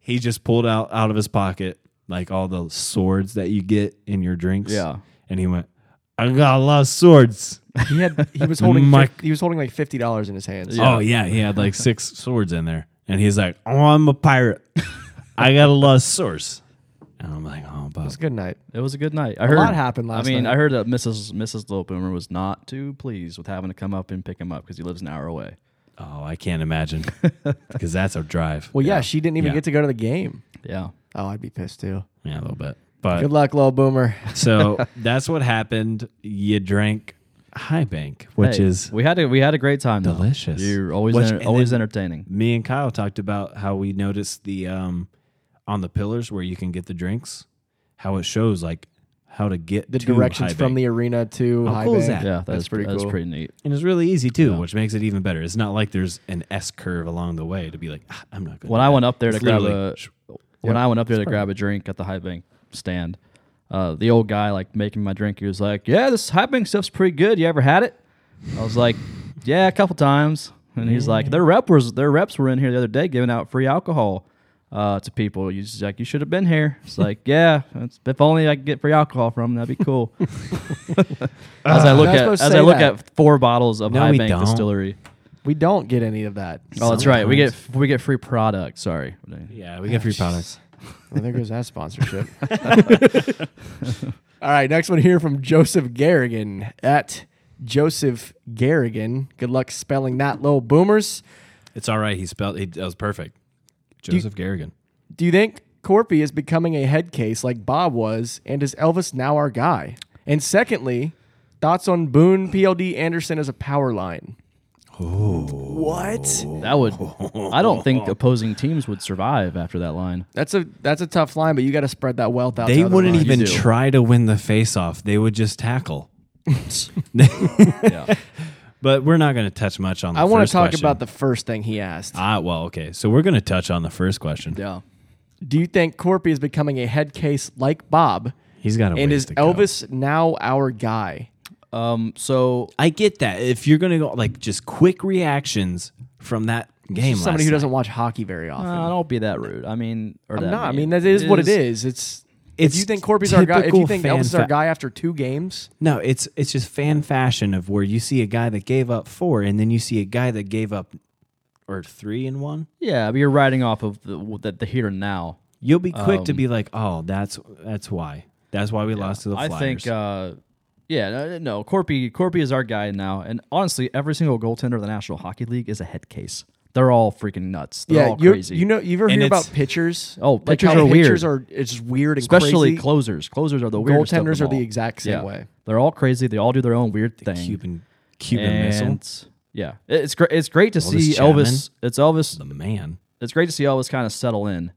he just pulled out out of his pocket like all the swords that you get in your drinks.
Yeah.
and he went, "I got a lot of swords."
He had he was holding
My-
fif- he was holding like fifty dollars in his hands.
Oh yeah, he had like six swords in there, and he's like, "Oh, I'm a pirate. I got a lot of swords." And I'm like, "Oh,
It's
but
a good night.
It was a good night. I heard
lot happened last
I mean,
night.
I heard that Mrs. Mrs. Little Boomer was not too pleased with having to come up and pick him up because he lives an hour away.
oh, I can't imagine because that's a drive."
Well, yeah, she didn't even
Yeah.
get to go to the game.
Yeah,
Oh, I'd be pissed too.
yeah, a little bit. But
Good luck, Lil Boomer.
so that's what happened. You drank High Bank, which
Hey,
is
we had a we had a great time. though.
delicious.
You're always
Which-
enter-
and
always
then
entertaining.
Me and Kyle talked about how we noticed the um on the pillars where you can get the drinks, how it shows like how to get
The
to
directions
High
from
Bank.
the arena to
How
high
cool is
bank.
that?
Yeah, that's pretty
pretty
that's
cool.
pretty neat.
and it's really easy too, which makes it even better. It's not like there's an S curve along the way to be like "Ah, I'm not good.
When I went up there to
It's
grab
literally-
a when I went up there to grab a drink at the high bank stand, uh, the old guy like making my drink, he was like, "Yeah, this high bank stuff's pretty good. You ever had it?" I was like, "Yeah, a couple times." And he's like, "Their rep was their reps were in here the other day giving out free alcohol." Uh, to people, he's just like, you should have been here. It's like, yeah, it's, if only I could get free alcohol from, them, that'd be cool. as I look
not
at
supposed
as
to
I
say
look
that.
at four bottles of
No,
High
we
Bank
don't.
Distillery.
We don't get any of that.
Oh, that's right. We get we get free product. Sorry.
yeah, we get free products.
Well, there goes that sponsorship. All right, next one here from Joseph Garrigan at Joseph Garrigan. Good luck spelling that, little boomers.
It's all right. He spelled it. That was perfect. Joseph Garrigan.
Do you think Corpy is becoming a head case like Bob was, and is Elvis now our guy? And secondly, thoughts on Boone PLD Anderson as a power line? Oh, what?
That would. I don't think opposing teams would survive after that line.
That's a that's a tough line, but you got to spread that wealth out. to
They
other
wouldn't
lines.
even
do.
try to win the face off. They would just tackle. But we're not going to touch much on the
I want
want
to talk about the first thing he asked.
Ah, well, okay. So we're going to touch on the first question.
Yeah. Do you think Corpy is becoming a head case like Bob?
He's got a
And
ways
is
to go.
Elvis now our guy?
Um. So
I get that. If you're going to go like just quick reactions from that game,
Somebody
last
who
night.
doesn't watch hockey very often.
uh, don't be that rude. I mean, or
I'm
that
not. I mean, that is what it is. It's.
It's
if you think Corby's our guy, if
typical
you think
fan
Elvis is our
fa-
guy after two games,
No, it's it's just fan fashion of where you see a guy that gave up four, and then you see a guy that gave up or three and one.
Yeah, but you're riding off of the the, the here and now.
You'll be quick to
Um,
be like, "Oh, that's that's why. That's why we lost to the
I
Flyers."
think. Uh, yeah. No, no. Corpy. Corpy is our guy now, and honestly, every single goaltender of the National Hockey League is a head case. They're all freaking nuts. They're all
you
crazy.
you know you ever
And
hear
it's-
about pitchers?
Oh,
like
pitchers
how
are
pitchers
weird.
are it's just weird and
especially
crazy.
closers. Closers are the weirdest. of
Goaltenders
them
are the
all.
exact same
Yeah.
way.
They're all crazy. They all do their own weird
uh,
thing.
Cuban Cuban Missile,
And, Yeah, It- it's great. It's great to see
Chapman.
Elvis. It's Elvis.
the man.
It's great to see Elvis kind of settle in.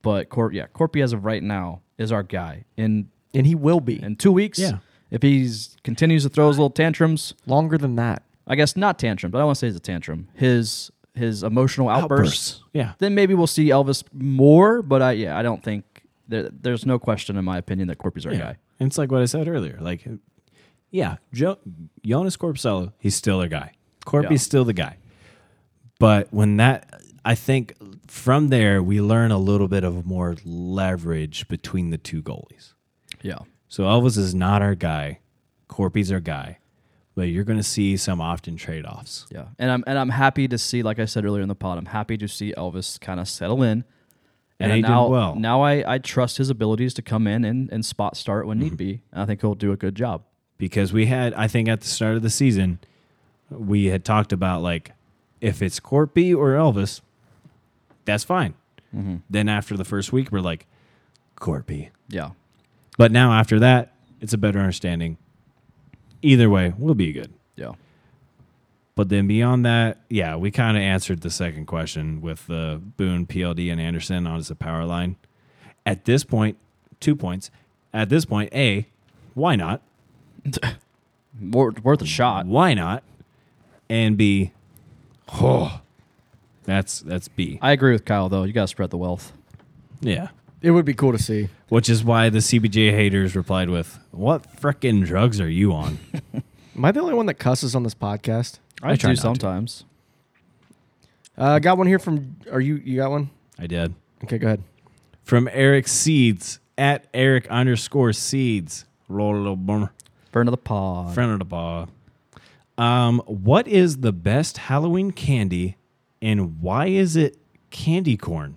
But Corp, yeah, Corpy as of right now is our guy. In
and he will be
in two weeks,
Yeah.
if he's continues to throw his little tantrums,
longer than that.
I guess not tantrum, but I want to say it's a tantrum. His his emotional outbursts.
Outbursts. Yeah.
Then maybe we'll see Elvis more. But I yeah, I don't think there, there's no question in my opinion that Corpy's our guy.
And it's like what I said earlier. Like, yeah, jo- Jonas Corpsello, he's still their guy. Corpy's
Yeah.
still the guy. But when that, I think from there, we learn a little bit of more leverage between the two goalies.
Yeah.
So Elvis is not our guy. Corpy's our guy. But you're going to see some often trade offs.
Yeah, and I'm and I'm happy to see, like I said earlier in the pod, I'm happy to see Elvis kind of settle in.
And he did
now,
well.
now I, I trust his abilities to come in and, and spot start when need be. And I think he'll do a good job.
because we had I think at the start of the season we had talked about like if it's Corpy or Elvis, that's fine. Then after the first week, we're like Corpy,
Yeah,
but now after that, it's a better understanding. Either way, we'll be good.
yeah,
But then beyond that, yeah, we kind of answered the second question with the Boone, PLD, and Anderson on as a power line. At this point, two points. At this point, a why not?
worth, worth a shot.
why not? And B, oh, that's that's B.
I agree with Kyle though. You gotta spread the wealth.
Yeah,
It would be cool to see.
which is why the CBJ haters replied with, "What frickin' drugs are you on?"
Am I the only one that cusses on this podcast?
try
I, do
not to.
sometimes.
Uh, got one here from. Are you? You got one?
I did
Okay, go ahead.
from Eric Seeds at Eric underscore Seeds. Roll a little bummer,
Burn of the pod.
friend of the ball. Um, what is the best Halloween candy, and why is it candy corn?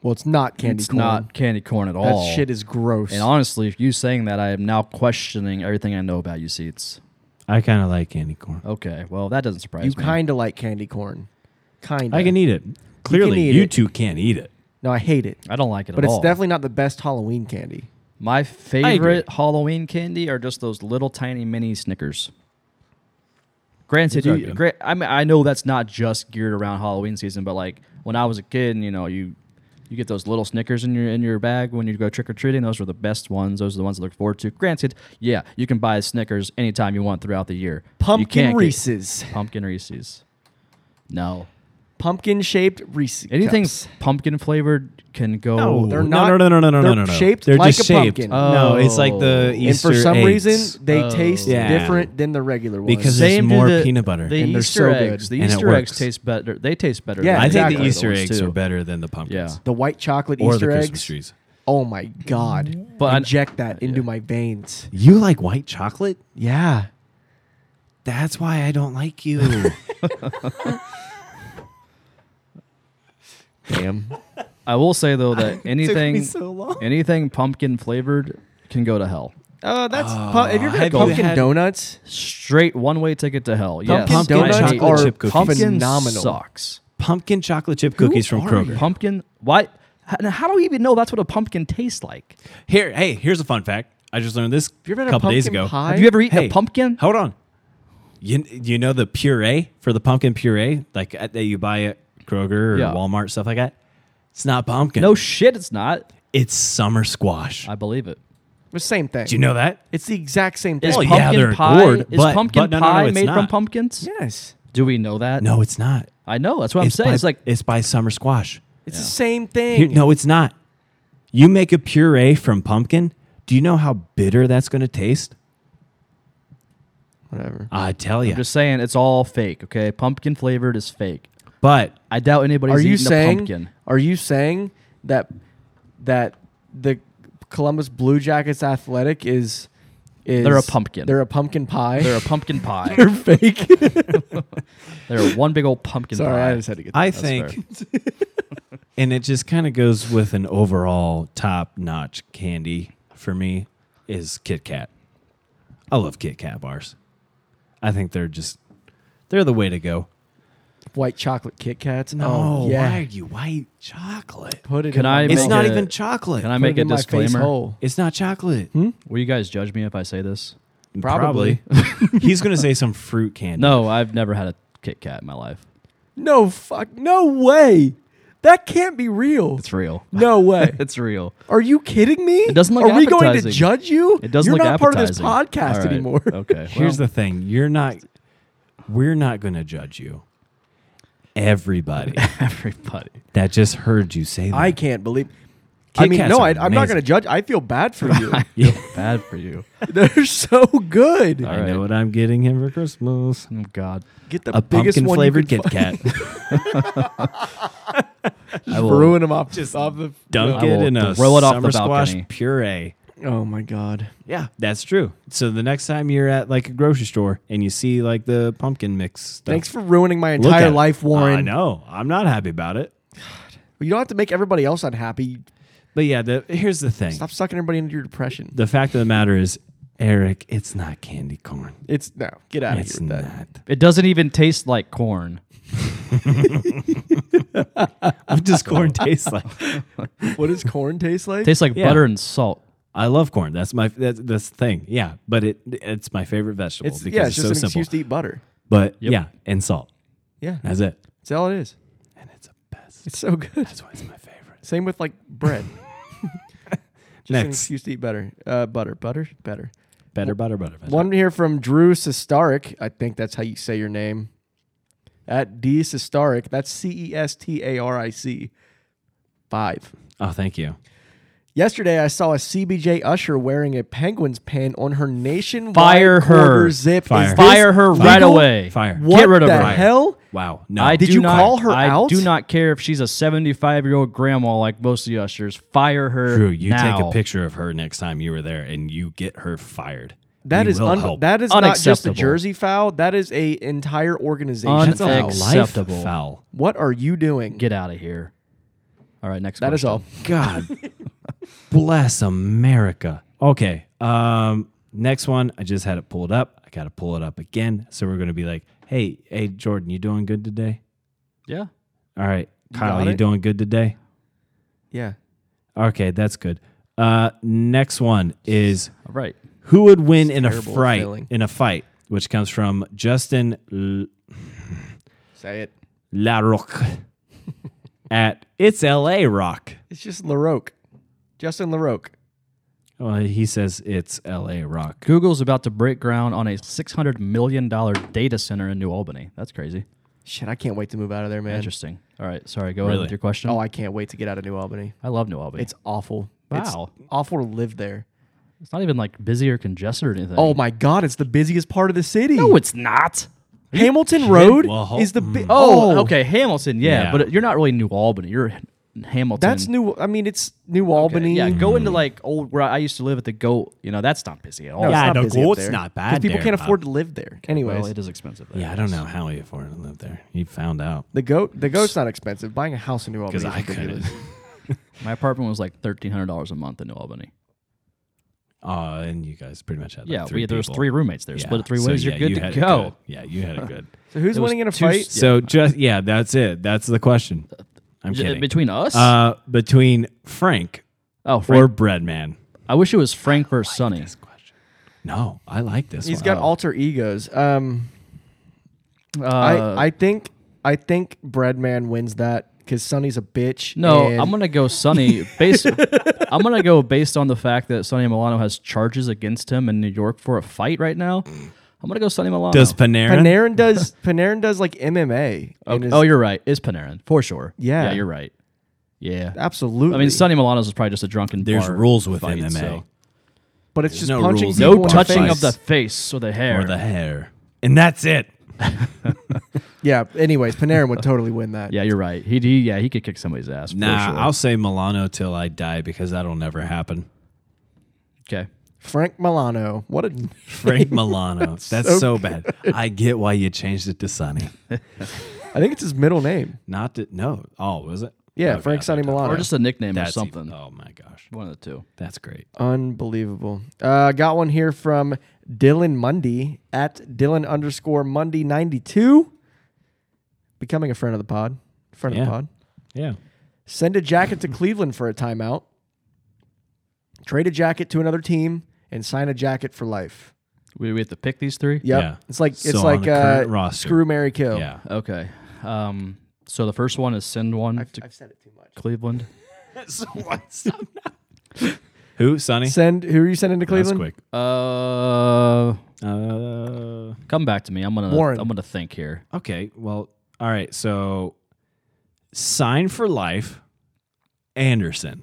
Well, it's not candy
it's
corn.
not candy corn at
that
all.
shit is gross.
And honestly, if you saying that, I am now questioning everything I know about you. Seats.
I kind of like candy corn.
Okay, well that doesn't surprise
you
me.
kind of like candy corn. Kind.
I can eat it. Clearly,
eat
you
it.
two can't eat it.
No, I hate it.
I don't like it
But
at
it's
all.
definitely not the best Halloween candy.
My favorite Halloween candy are just those little tiny mini Snickers. Granted,
Those are
you,
good.
gra- I mean, I know that's not just geared around Halloween season, but like when I was a kid, and you know, you you get those little Snickers in your in your bag when you go trick or treating. Those are the best ones. Those are the ones I look forward to. Granted, yeah, you can buy Snickers anytime you want throughout the year. You
Pumpkin
can't get-
Reese's.
pumpkin Reese's. No,
Pumpkin shaped Reese's.
anything
cups.
pumpkin flavored can go.
No,
they're
No,
not-
no, no, no, no, no,
they're
no, no.
shaped
They're
like
just
a
shaped.
pumpkin.
No, it's like the
Oh.
Easter
and for some
eggs.
reason, they
Oh.
taste
Yeah.
different than the regular ones.
Because-
Same
it's
do
more
the-
peanut butter.
The
And
they're
Easter
so
eggs.
good.
The
And it
Easter eggs
works.
taste better. They taste better.
Yeah,
than
I think
exactly.
the
regular
Easter
ones,
eggs
too.
are better than the pumpkins.
the white chocolate
Or the
Easter
Christmas
eggs.
trees.
Oh my god!
But I-
inject that into my veins.
You like white chocolate?
Yeah,
That's why I don't like you.
damn.
I will say though that anything,
so long.
anything pumpkin flavored can go to hell. Uh,
Oh, that's pu- if you're gonna
have you
pumpkin
had-
donuts.
Straight one way ticket to hell. yes.
Pumpkin
I
donuts
hate-
are chip cookies.
pumpkin
phenomenal.
Sucks.
pumpkin chocolate chip cookies from Kroger.
Pumpkin. Why? How, how do we even know that's what a pumpkin tastes like?
Here, hey, here's a fun fact. I just learned this
Have you ever
a
had
couple
a
days
pumpkin
ago.
Pie?
Have you ever eaten
Hey,
a pumpkin?
Hold on. You you know the puree for the pumpkin puree, like uh, that you buy at Kroger or
Yeah.
Walmart stuff like that. It's not pumpkin.
no shit, it's not.
it's summer squash.
I believe it.
The same thing.
Do you know that?
It's the exact same thing.
Is
Oh, yeah,
pumpkin
they're
pie
gourd,
is
but-
pumpkin
but no, no, no,
pie
it's
made from
not.
pumpkins?
yes,
Do we know that?
No, it's not.
I know. That's what I'm
it's
saying.
by,
It's like
it's by summer squash.
it's the same thing.
Here- no, it's not. You make a puree from pumpkin. Do you know how bitter that's going to taste?
whatever.
I tell you.
I'm just saying it's all fake, okay? Pumpkin flavored is fake.
but
I doubt anybody's
Are you
eating a
saying?
pumpkin.
Are you saying that that the Columbus Blue Jackets athletic is is
They're a pumpkin.
They're a pumpkin pie.
They're a pumpkin pie.
They're fake.
They're one big old pumpkin
Sorry,
pie.
I just had to get.
I think, and it just kind of goes with an overall top notch candy for me is Kit Kat. I love Kit Kat bars. I think they're just they're the way to go.
white chocolate Kit Kats.
Oh,
oh, yeah.
why are you white chocolate?
Put it.
Can
in
I
my
make
It's
mouth.
not
a-
even chocolate.
Can I Hmm? make
it
a
in my face
disclaimer?
hole.
It's not chocolate.
Will you guys judge me if I say this?
Probably. He's gonna say some fruit candy.
No, I've never had a Kit Kat in my life.
No fuck. No way. That can't be real.
It's real.
No way.
It's real.
Are you kidding me? It
doesn't look
Are we going to
appetizing.
judge you?
It doesn't
You're
look
not part of this
appetizing.
podcast
All right,
anymore.
Okay.
Here's the thing. You're not. We're not gonna judge you. Everybody
everybody.
that just heard you say that.
I can't believe.
Kit
I mean,
Kats
no,
are
I, I'm not
amazing.
going to judge. I feel bad for you.
Bad for you.
They're so good.
All
I
right.
know what I'm getting him for Christmas.
Oh God.
Get the
a
biggest
pumpkin
one
flavored
you
Kit
can
Kat.
I
find.
will.
Ruin them off just off the.
Dunk
I
it
will
in a
throw it off
summer
the
squash
balcony.
puree.
Oh my god.
Yeah, that's true. So the next time you're at like a grocery store and you see like the pumpkin mix stuff,
Thanks for ruining my
look at
entire
it.
life,
Oh, I
Warren.
know. I'm not happy about it.
you don't have to make everybody else unhappy.
But yeah, the, here's the thing.
Stop sucking everybody into your depression.
The fact of the matter is, Eric, it's not candy corn.
It's no. Get out of
It's
here with
not.
that.
It doesn't even taste like corn.
What does corn taste like?
What does corn taste like?
It tastes like
Yeah.
butter and salt.
I love corn. That's my that's, that's the thing. Yeah, but it it's my favorite vegetable
it's
because
yeah.
it's,
It's just
so
an
simple.
excuse to eat butter.
But
Yep.
yeah, and salt.
Yeah.
That's it.
That's all it is.
And it's the best.
It's so good.
That's why it's my favorite.
Same with like bread. Just an
Next.
excuse to eat better. Uh, butter, butter, better.
Better, butter, butter, better.
One here from Drew Sestaric. I think that's how you say your name. At D Sestaric. That's C E S T A R I C. Five.
Oh, thank you.
Yesterday, I saw a CBJ usher wearing a penguin's pin on her nationwide
Fire her.
quarter zip. Is
Fire.
this
Fire her right
legal?
away.
Fire.
What
Get rid of
the
her.
hell?
Wow. No.
I
Did
do
you
not-
call her
I
out?
do not care if she's a 75 year old grandma like most of the ushers. Fire her.
Drew, you take
now.
a picture of her next time you were there and you get her fired.
That
We
is
will
un-
help.
that is not just a
Unacceptable.
jersey foul. That is a entire organization.
Un-
that's a life
Unacceptable.
foul.
what are you doing?
Get out of here. All right, next
That is
question.
all.
God bless America. Okay. Um, next one. I just had it pulled up. I got to pull it up again. So we're going to be like, hey, hey, Jordan, you doing good today?
Yeah.
All right. Kyle,
got
you
it?
doing good today?
Yeah.
Okay, that's good. Uh, next one is
All right.
who would win in a
terrible
fight?
feeling.
In a fight, which comes from Justin L-
Say it.
LaRocque at It's LA Rock.
It's just LaRoque. Justin LaRoque.
Well, he says it's LA Rock.
Google's about to break ground on a $600 million data center in New Albany. That's crazy.
Shit, I can't wait to move out of there, man.
Interesting. All right. Sorry. Go ahead
Really?
with your question.
Oh, I can't wait to get out of New Albany.
I love New Albany.
It's
It's,
awful. It's
Wow.
awful to live there.
it's not even like busy or congested or anything.
Oh my god, it's the busiest part of the city.
no, it's not.
Hamilton Road
Well,
is the bu-
Oh, okay. Hamilton. Yeah,
Yeah.
But you're not really New Albany. You're Hamilton.
That's New. I mean, it's New Albany.
Yeah, go into like old where I used to live at the Goat. You know, that's not busy at all.
No,
Yeah,
it's
no,
not busy up
Goat's
there.
not
'Cause
bad
People
there,
can't
Bob.
afford to live there. Anyways,
well, it is expensive. There.
Yeah, I don't know how he afforded to live there. He found out
the goat. The goat's not expensive. Buying a house in New Albany.
because
Is
I
ridiculous.
couldn't.
My apartment was like thirteen hundred dollars a month in New Albany.
Uh, and you guys pretty much had like
yeah,
three
we, there was
people.
three roommates there.
Yeah,
Split it three
so
ways.
yeah,
you're good
you
to
had it
go.
good. Yeah, you had it good.
So who's
It was
winning in a
two
fight?
s-
So just yeah, that's it. That's the question. I'm
J-
kidding.
Between us.
uh, between Frank,
oh,
or
Frank,
Breadman.
I wish it was Frank versus Sonny.
No, I like this
He's
one. Oh.
got alter egos. Um,
Uh,
I I think I think Breadman wins that because Sonny's a bitch.
no,
and-
I'm gonna go Sonny. Based, I'm gonna go based on the fact that Sonny Milano has charges against him in New York for a fight right now. I'm gonna go Sonny Milano.
Mm. Does Panera?
Panarin does Panarin does like MMA. and
Okay.
is-
Oh, you're right. It's Panarin for sure.
Yeah.
you're right. Yeah,
absolutely.
I mean, Sonny Milano's is probably just a drunken.
There's
bar
rules with
fight,
MMA.
so-
but it's just
no
punching
rules.
people
No
in
touching
face.
of the face or the hair.
or the hair, and that's it.
Yeah. Anyways, Panarin would totally win that.
yeah, you're right. He, he yeah, he could kick somebody's ass.
Nah,
for sure.
I'll say Milano till I die because that'll never happen.
okay.
Frank Milano. What a
Frank Milano. That's so, bad. I get why you changed it to Sonny.
I think it's his middle name.
Not to, no. Oh, was it?
Yeah,
Okay, I
Frank Sonny
thought that-
Milano.
Or just a nickname
That's
or something.
even- oh my gosh,
One of the two.
that's great.
Unbelievable. Uh, got one here from Dylan Mundy at Dylan underscore Mundy ninety two. Becoming a friend of the pod. Friend of
Yeah.
the pod.
Yeah.
Send a jacket to Cleveland for a timeout. Trade a jacket to another team and sign a jacket for life.
We, we have to pick these three.
Yep.
Yeah.
It's like
So
it's
on
like
the
uh,
current roster.
screw Mary Kill.
Yeah.
Okay. Um. So the first one is send one to
I've said it too much.
Cleveland.
Who? Sonny?
Send who are you sending to
That's
Cleveland?
quick.
Uh,
Uh,
come back to me. I'm gonna
Warren.
I'm gonna think here.
okay. Well, all right. So, sign for life, Anderson.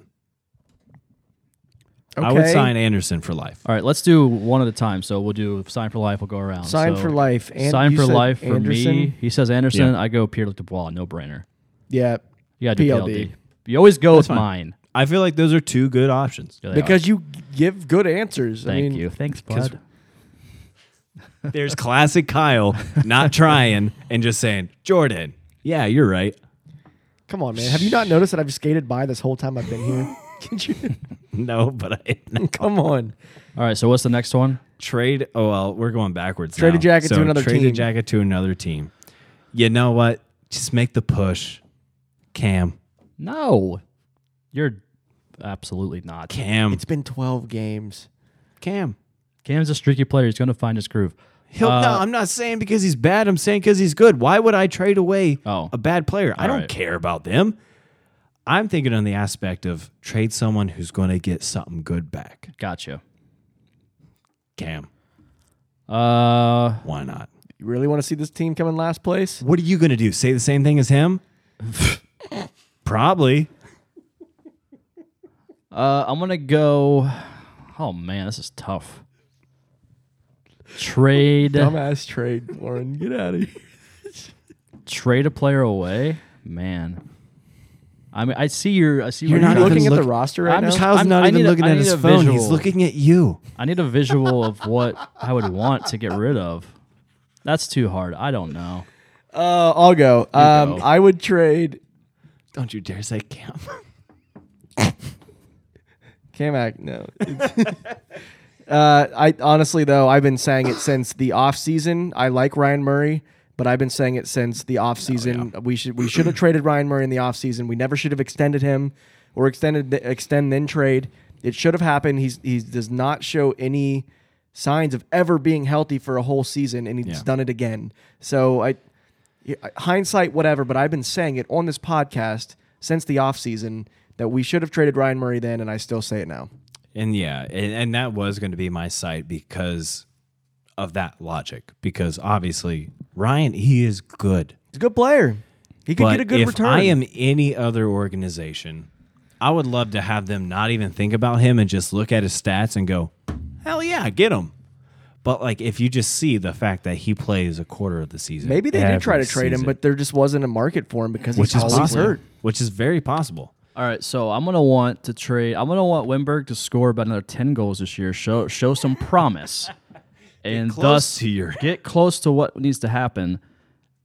I would
Okay.
sign Anderson for life.
All right, let's do one at a time. So we'll do sign for life. We'll go around.
Sign
So
for life. And
sign
you
for
said
life for
Anderson?
me. He says Anderson.
Yeah.
I go Pierre Dubois. No brainer.
Yeah.
You gotta do
PLD.
PLD. You always go with
fine.
mine.
I feel like those are two good options.
Yeah, they are.
Because you give good answers. I
thank
mean,
you, thanks, bud.
There's classic Kyle not trying and just saying, Jordan, yeah, you're right.
Come on, man. Have you not noticed that I've skated by this whole time I've been here? Did you-
No, but I
Come on.
All right, so what's the next one?
trade. Oh well, we're going backwards.
Trade a
now.
jacket to
So
another
trade
team.
a jacket to another team. You know what? Just make the push. Cam,
No, you're absolutely not.
Cam,
It's been 12 games.
Cam.
Cam's a streaky player. He's gonna find his groove.
He'll, no, I'm not saying because he's bad. I'm saying because he's good. Why would I trade away
Oh.
a bad player? I don't
right.
care about them. I'm thinking on the aspect of trade someone who's going to get something good back.
Gotcha.
Cam,
Uh,
why not?
You really want to see this team come in last place?
What are you going to do? Say the same thing as him? Probably.
uh, I'm gonna go. Oh man, this is tough. Trade,
Dumbass trade, Warren. Get out of here.
trade a player away, man. I mean, I see your, I see.
You're
your
not
Are you
even
looking at
look-
the roster right
I'm
now?
just-
Kyle's not
I
even
need a-
looking
I
at
need
his
a
phone. He's
visual.
looking at you.
I need a visual of what I would want to get rid of. That's too hard. I don't know.
Uh, I'll go. Um,
go.
I would trade
Don't you dare say Cam.
Kamak. No. uh, I honestly though I've been saying it since the off season. I like Ryan Murray, but I've been saying it since the off season. We should we should have traded Ryan Murray in the off season. We never should have extended him or extended the extend then trade. It should have happened. He's he does not show any signs of ever being healthy for a whole season, and he's
Yeah.
done it again. So I yeah, hindsight, whatever, but I've been saying it on this podcast since the offseason that we should have traded Ryan Murray then, and I still say it now.
And yeah, and, and that was going to be my site because of that logic. Because obviously, Ryan, he is good.
He's a good player. He could
but
get a good
if
return.
I am any other organization, I would love to have them not even think about him and just look at his stats and go, hell yeah, get him. But like, if you just see the fact that he plays a quarter of the season,
Maybe they
every
did try to trade him,
season,
but there just wasn't a market for him because
which
he's
is
always
possible,
hurt.
which is very possible.
All right, so I'm gonna want to trade. I'm gonna want Wimberg to score about another ten goals this year. Show show some promise, and
close
thus
to your-
get close to what needs to happen.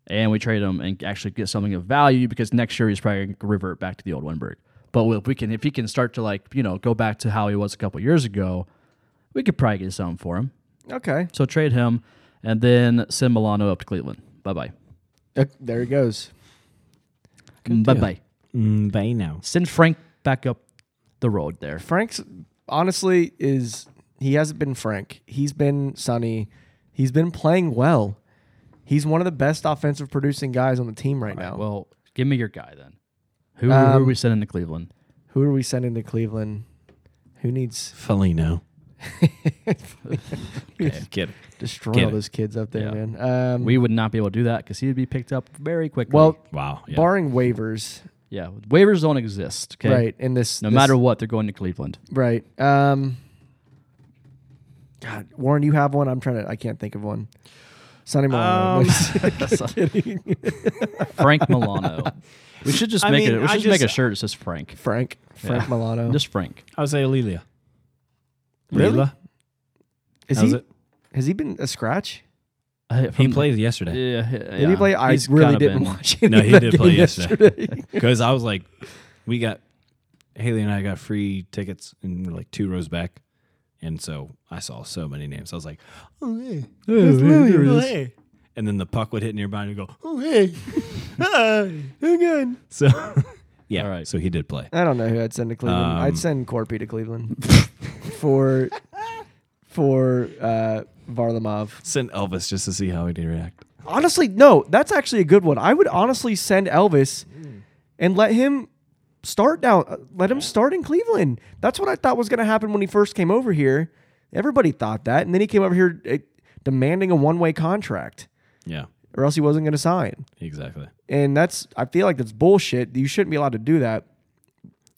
And we trade him and actually get something of value because next year he's probably gonna revert back to the old Wimberg. But if we can, if he can start to like you know go back to how he was a couple years ago, we could probably get something for him.
Okay.
So trade him, and then send Milano up to Cleveland. Bye bye.
Uh, there he goes.
Bye bye.
Mm, they know.
Send Frank back up the road there.
Frank's honestly is he hasn't been Frank. He's been Sonny. He's been playing well. He's one of the best offensive producing guys on the team right now.
Well, give me your guy then. Who, who are
Um,
we sending to Cleveland?
Who are we sending to Cleveland? Who needs
Felino. okay. Kidding.
destroy
Get
all
it.
those kids up there,
Yeah.
man? Um,
We would not be able to do that because he would be picked up very quickly.
well,
Wow. Yeah.
barring waivers,
yeah, waivers don't exist. Okay,
right? In this,
No
this-
matter what, they're going to Cleveland.
right? Um, God, Warren, you have one. I'm trying to. I can't think of one. Sonny
Um,
Milano.
Frank Milano. We should just
I
make
mean,
it. We
I
should just make a
just-
shirt that says Frank.
Frank. Frank
Yeah.
Milano.
Just Frank.
I would say Lilia.
Really?
Lila?
Is
How's
he?
it?
Has he been a scratch?
He played yesterday.
Yeah,
Uh, Did he play? I really didn't watch it.
No, he did play yesterday. Because I was like, we got Haley and I got free tickets and we're like two rows back, and so I saw so many names. I was like, oh hey, oh, hey, there it is. and then the puck would hit nearby and he'd go, oh hey, hi."
Again.
so yeah,
All right.
so he did play.
I don't know who I'd send to Cleveland.
Um,
I'd send Corpy to Cleveland for for uh, Varlamov.
Sent Elvis just to see how he'd react.
Honestly, no, that's actually a good one. I would honestly send Elvis and let him start down. uh, Let him start in Cleveland. That's what I thought was going to happen when he first came over here. Everybody thought that, and then he came over here uh, demanding a one way contract,
Yeah,
or else he wasn't going to sign.
exactly.
and that's I feel like that's bullshit. You shouldn't be allowed to do that.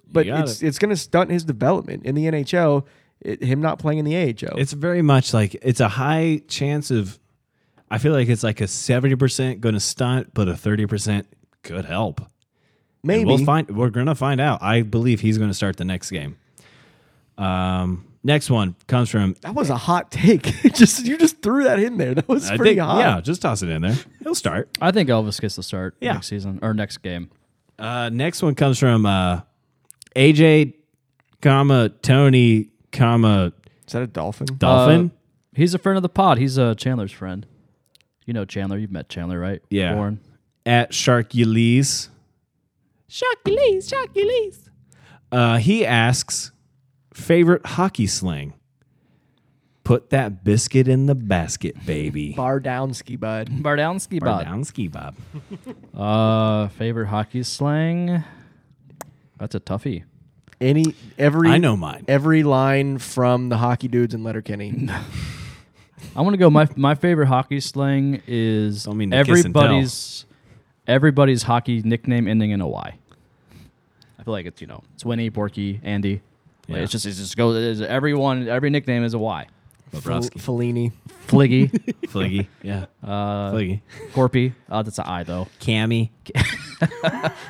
But
got
it's it's going to stunt his development in the NHL. It, him not playing in the AHL.
It's very much like it's a high chance of. I feel like it's like a seventy percent going to stunt, but a thirty percent could help.
Maybe
And We'll find. We're gonna find out. I believe he's gonna start the next game. Um, next one comes from.
that was a hot take. just you just threw that in there. That was
I
pretty
think,
hot.
yeah, just toss it in there. He'll start.
I think Elvis gets to start
Yeah.
next season or next game.
Uh, next one comes from uh, AJ, comma Tony, comma
Is that a dolphin?
Dolphin.
Uh, he's a friend of the pod. He's uh, Chandler's friend. You know Chandler. You've met Chandler, right?
Yeah.
Warren.
at Shark Ulysses.
Sharkulies, Sharkulies.
Uh, he asks, favorite hockey slang. Put that biscuit in the basket, baby.
Bar down, ski bud.
Bardowski Bob.
Bardowski, Bob.
Uh, favorite hockey slang? That's a toughie.
Any every
I know mine.
every line from the hockey dudes in Letterkenny.
I want to go. My my favorite hockey slang is
Don't mean to kiss and tell.
everybody's everybody's hockey nickname ending in a Y. I feel like it's you know it's Winnie, Borky, Andy. Like,
Yeah.
It's just it just goes. it's everyone every nickname is a Y.
Fel-
Bobrovsky.
Fellini.
Fliggy,
Fliggy. Yeah.
uh,
Fliggy.
Corpy. Uh, that's an I though.
Cammy.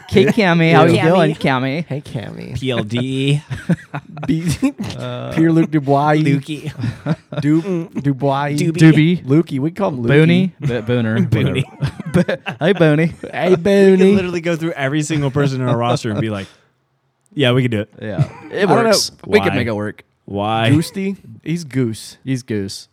Hey Cammy, how you
Cammy.
doing, Cammy?
Hey, Cammy. Uh,
PLD.
Be- Pierre Luc Dubois.
Lukey.
Du- Dubois.
Doobie,
Lukey. We call him
Booney,
Lukey.
B- Booner, Booner. hey Booney.
Hey,
You can
Booney.
literally go through every single person in our roster and be like, yeah, we can do it.
Yeah, it
don't
works.
know
We can
why.
make it work.
Why?
Goosty. He's Goose.
He's Goose.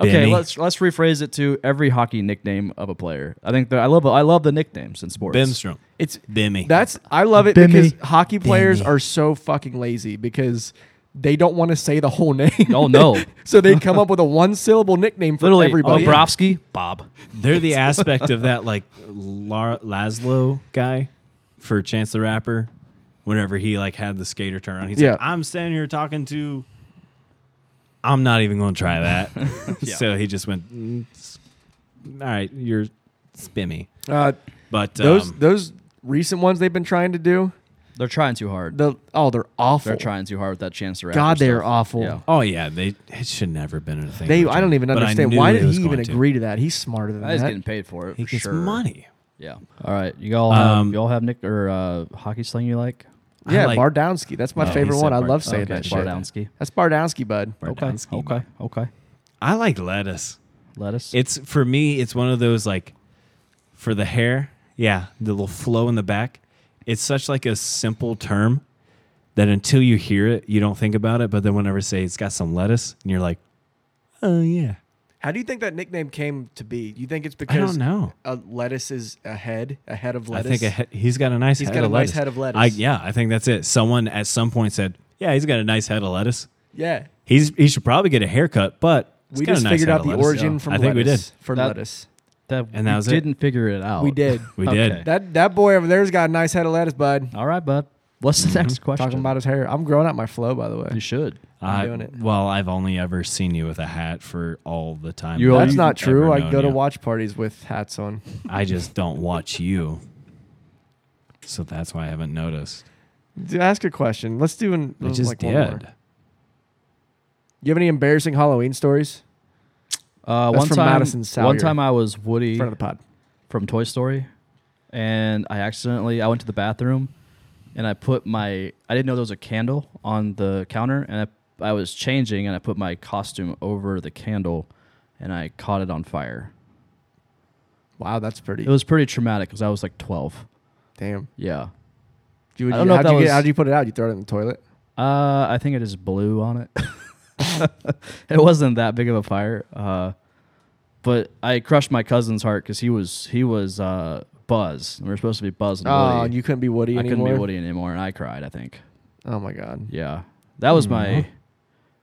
Okay,
Benny.
let's let's rephrase it to every hockey nickname of a player. I think that I love I love the nicknames in sports.
Bimstrom.
It's
Bimmy.
that's I love it
Bimmy.
because hockey players
Bimmy.
are so fucking lazy because they don't want to say the whole name.
Oh no,
so they come up with a one syllable nickname for
literally
everybody.
Bobrovsky, Bob.
They're the aspect of that like Lar- Laszlo guy for Chance the Rapper. Whenever he like had the skater turn around, he's
Yeah.
like, "I'm standing here talking to." I'm not even going to try that. So he just went, "Mm, s- "All right, you're spimmy."
Uh,
But
those
um,
those recent ones they've been trying to do.
They're trying too hard.
The oh, they're awful.
They're trying too hard with that chance to wrap
God,
their
they are
stuff.
awful.
Yeah.
oh yeah, they it should never have been a thing.
They,
for
I don't
Jim,
even
but I
understand
knew
why
he
did
was
he even
going to.
agree to that. He's smarter than
That is
that.
getting paid for it.
He
for
gets
sure.
money.
Yeah. All right. You all have,
Um,
you all have Nick or uh, hockey sling you like?
I
yeah,
like-
Bardowski. That's my
No, he
favorite
said
one. I
Bard-
love saying
okay,
that shit.
Bardowski.
That's Bardowski, bud.
Bardowski.
Okay. Okay.
I like lettuce.
Lettuce.
It's for me. It's one of those like for the hair. Yeah, the little flow in the back. It's such like a simple term that until you hear it, you don't think about it. But then whenever I say it's got some lettuce, and you're like, oh yeah,
How do you think that nickname came to be? You think it's
I
because
don't know.
A lettuce is a head, a head of lettuce.
I think a he- he's got a nice.
He's
head
got
of
a nice
lettuce.
head of lettuce.
I, yeah, I think that's it. Someone at some point said, yeah, he's got a nice head of lettuce.
yeah.
He's he should probably get a haircut, but he's
We
got a
just
nice
figured
head
out
of
the
lettuce.
origin
Yeah.
from
I think we did.
lettuce. For
That-
lettuce.
that,
and
we
that was it?
didn't figure it out.
We did.
We
Okay.
did.
that that boy over there's got a nice head of lettuce, bud.
All right, bud. What's
Mm-hmm.
the next question?
Talking about his hair. I'm growing out my flow, by the way.
you should.
I'm
I-
doing it.
Well, I've only ever seen you with a hat for all the time.
You
that
always-
That's
I've
not
ever
true. I
known
go to
you.
watch parties with hats on.
I just don't watch you, so that's why I haven't noticed.
Dude, ask a question. Let's do an. uh,
I just
like one more.
did.
You have any embarrassing Halloween stories
Uh,
That's
one
from
time,
Madison
one
Salyer.
time I was Woody
in front of the pod?
from Toy Story, and I accidentally I went to the bathroom, and I put my I didn't know there was a candle on the counter, and I I was changing, and I put my costume over the candle, and I caught it on fire.
Wow, that's pretty.
It was pretty traumatic because I was like twelve.
Damn.
Yeah,
You,
I don't know if
how'd
that
you get-
was-
how'd you put it out? You throw it in the toilet.
uh, I think I just blew on it. it wasn't that big of a fire, uh, but I crushed my cousin's heart because he was he was uh, Buzz. We were supposed to be Buzz. And
Oh,
Woody.
and you couldn't be Woody
I
anymore.
couldn't be Woody anymore, and I cried. I think.
Oh my god.
Yeah, that was my.
Mm-hmm.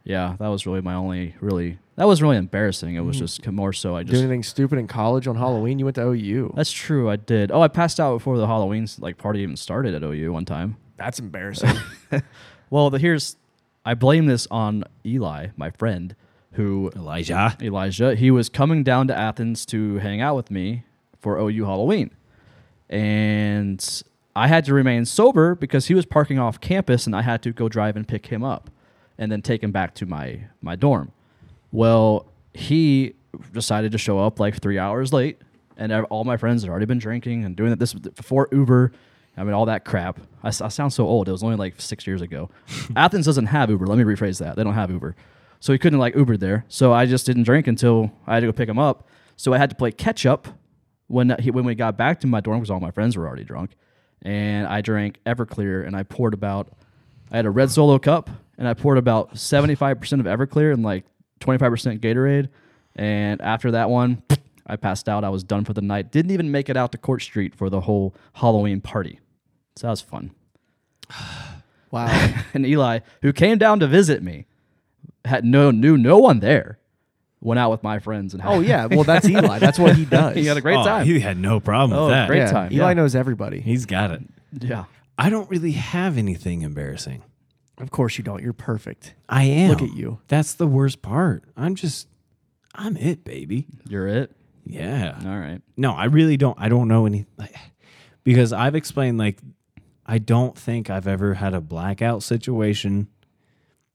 Yeah, that was really my only really. That was really embarrassing. It was
Mm-hmm.
just more so. I
Do
just.
anything stupid in college on Halloween? You went to OU.
That's true. I did. Oh, I passed out before the Halloween like party even started at OU one time.
That's embarrassing.
Well, the, here's. I blame this on Eli, my friend, who
Elijah.
Elijah, he was coming down to Athens to hang out with me for OU Halloween. And I had to remain sober because he was parking off campus and I had to go drive and pick him up and then take him back to my, my dorm. Well, he decided to show up like three hours late, and ev- all my friends had already been drinking and doing that this before Uber. I mean, all that crap. I, s- I sound so old. It was only like six years ago. Athens doesn't have Uber. Let me rephrase that. They don't have Uber. So he couldn't like Uber there. So I just didn't drink until I had to go pick him up. So I had to play catch up when he, when we got back to my dorm because all my friends were already drunk. And I drank Everclear and I poured about, I had a red solo cup and I poured about 75% of Everclear and like 25% Gatorade. And after that one, I passed out. I was done for the night. Didn't even make it out to Court Street for the whole Halloween party. So that was fun.
wow.
And Eli, who came down to visit me, had no knew no one there. Went out with my friends and had,
Oh yeah. Well, that's Eli. That's what he does.
he had a great
Oh,
time.
He had no problem
Oh,
with that.
great
Yeah,
time,
Eli
yeah.
knows everybody.
He's got it.
yeah,
I don't really have anything embarrassing.
Of course you don't. You're perfect.
I am.
Look at you.
That's the worst part. I'm just, I'm it, baby.
you're it.
Yeah.
All right.
No, I really don't. I don't know any like, because I've explained like I don't think I've ever had a blackout situation.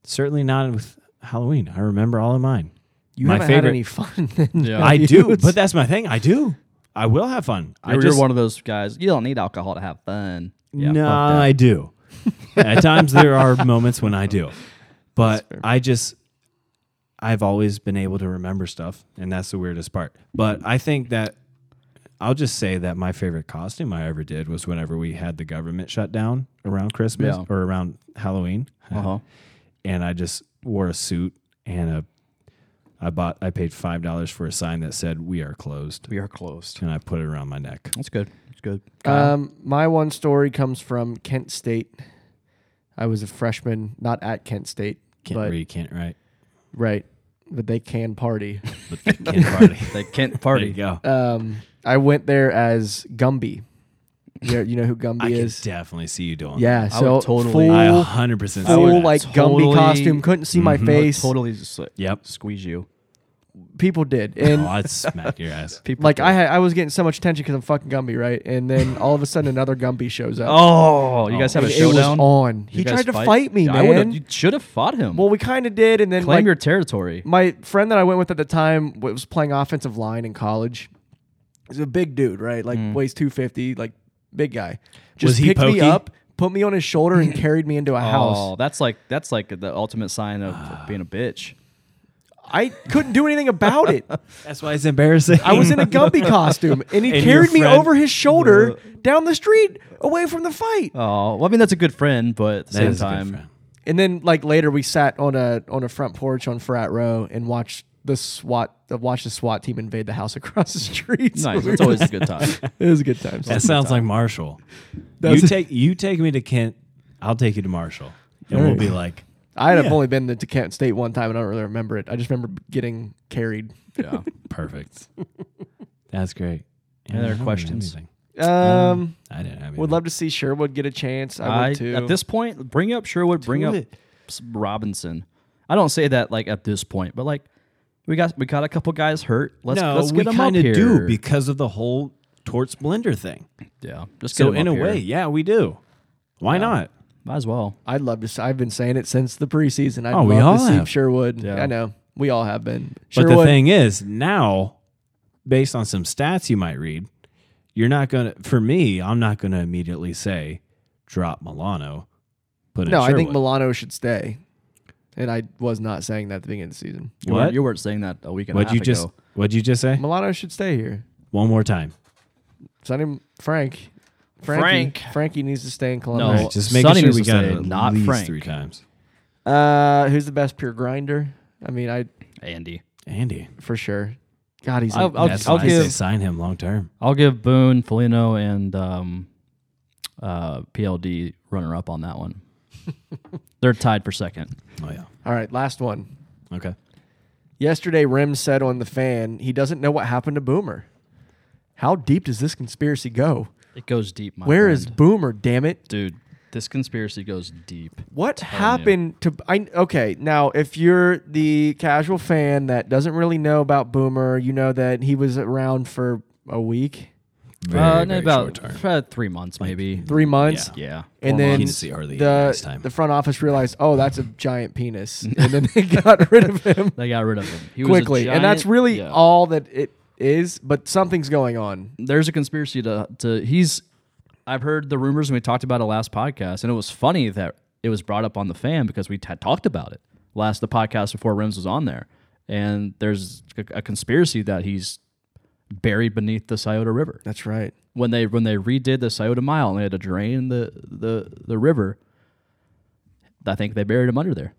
Certainly not with Halloween. I remember all of mine.
You
My
haven't had
favorite-
any fun. then.
Yeah.
I do, but that's my thing. I do. I will have fun. I
you're
just
one of those guys. You don't need alcohol to have fun. Yeah,
no,
fuck that.
I do. At times there are moments when I do. But I just I've always been able to remember stuff, and that's the weirdest part. But I think that I'll just say that my favorite costume I ever did was whenever we had the government shut down around Christmas
Yeah.
or around Halloween.
Uh-huh.
And I just wore a suit and a I bought I paid five dollars for a sign that said we are closed.
We are closed.
And I put it around my neck.
That's good. That's good.
Um, my one story comes from Kent State. I was a freshman, not at Kent State,
Can't
But-
read, can't write,
right? But they can party.
but they can't party.
They can't
There you
party.
go.
Um, I went there as Gumby. You know, you know who Gumby
I can
is?
definitely see you doing.
yeah,
I
so
would totally-
that. I
full,
100 percent see
full
that.
like
Totally- Mm-hmm.
Gumby costume. Couldn't see my face.
Totally just like,
Yep.
squeeze you.
People did,
oh,
and
I'd smack your ass.
People
like
do.
I had, I was getting so much attention because I'm fucking Gumby, right? And then all of a sudden another Gumby shows up.
Oh, you guys have a
it was
showdown.
on.
You
He
guys
tried to fight me,
Yeah, I would've-
man.
you should have fought him.
well, we kind of did, and then
Claim
like,
your territory.
my friend that I went with at the time was playing offensive line in college. He's a big dude, right? Like weighs two fifty, like big guy. Just
Mm. Was he
picked
pokey?
me up, put me on his shoulder, and carried me into a
Oh,
house.
that's like that's like the ultimate sign of being a bitch.
I couldn't do anything about it.
That's why it's embarrassing.
I was in a Gumby costume, and he
And your
carried me
friend-
over his shoulder down the street away from the fight.
Oh, well, I mean that's a good friend, but at the same time,
And then like later we sat on a on a front porch on frat row and watched the SWAT uh, watched the SWAT team invade the house across the street. So
nice.
we
It's
were-
always a good time.
it was a good time.
That sounds like Marshall.
That's-
you take you take me to Kent. I'll take you to Marshall, and we'll be like,
I have
Yeah.
only been to Kent State one time and I don't really remember it. I just remember getting carried.
Yeah.
perfect. That's great.
Any other
I don't have
questions?
anything.
Um,
I didn't have.
would love to see Sherwood get a chance. I,
I,
would too.
at this point, bring up Sherwood, bring
Do
up
it.
S- Robinson. I don't say that like at this point, but like we got we got a couple guys hurt. Let's
no,
let's
we
get them up
kinda
here.
do because of the whole Torts Blender thing.
yeah, just get
So
'em
in a
up here.
way, yeah, we do. Why not?
might as well.
I'd love to. See, I've been saying it since the preseason. I'd
Oh,
love
we all
to see
have.
Sherwood.
Yeah.
I know we all have been.
But
Sherwood,
the thing is, now, based on some stats you might read, you're not gonna. For me, I'm not gonna immediately say drop Milano. Put in
no, I think
Sherwood."
Milano should stay. And I was not saying that at the beginning of the season.
You weren't,
What?
you weren't saying that a week and a
What'd
half
you just?
ago.
What'd you just say?
Milano should stay here.
One more time.
Sonny Frank. Frankie,
Frank.
Frankie needs to stay in
No.
Columbus.
Alright, just making
Sonny
sure
needs
we
to
got
say
it
it,
at
not
least
Frank.
three times.
Uh, who's the best pure grinder? I mean, I
Andy,
Andy,
for sure. God, he's.
I'll-
a-
I'll-
that's why I say
give-
sign him long term.
I'll give Boone, Felino, and um, uh, PLD runner up on that one. They're tied for second.
Oh yeah.
all right, last one.
Uh,
Okay.
Yesterday, Rim said on the fan he doesn't know what happened to Boomer. How deep does this conspiracy go?
It goes deep. My
Where
friend.
is Boomer? Damn it!
dude? This conspiracy goes deep.
What
telling
happened to I okay, now if you're the casual fan that doesn't really know about Boomer, you know that he was around for a week,
Very,
uh,
very
about
short term.
uh, three months, maybe.
3 months.
Yeah.
Yeah.
And
Four
then
months. You didn't see hardly
the,
any last time.
the front office realized, oh, that's a giant penis, and then they got rid of him
They got rid of him He was a
quickly. and that's
giant-
really
yeah.
all that it is. But something's going on.
There's a conspiracy to to he's. I've heard the rumors, and we talked about it last podcast, and it was funny that it was brought up on the fan because we had talked about it last the podcast before Rims was on there, and there's a, a conspiracy that he's buried beneath the Scioto River.
That's right.
when they when they redid the Scioto Mile and they had to drain the the the river, I think they buried him under there.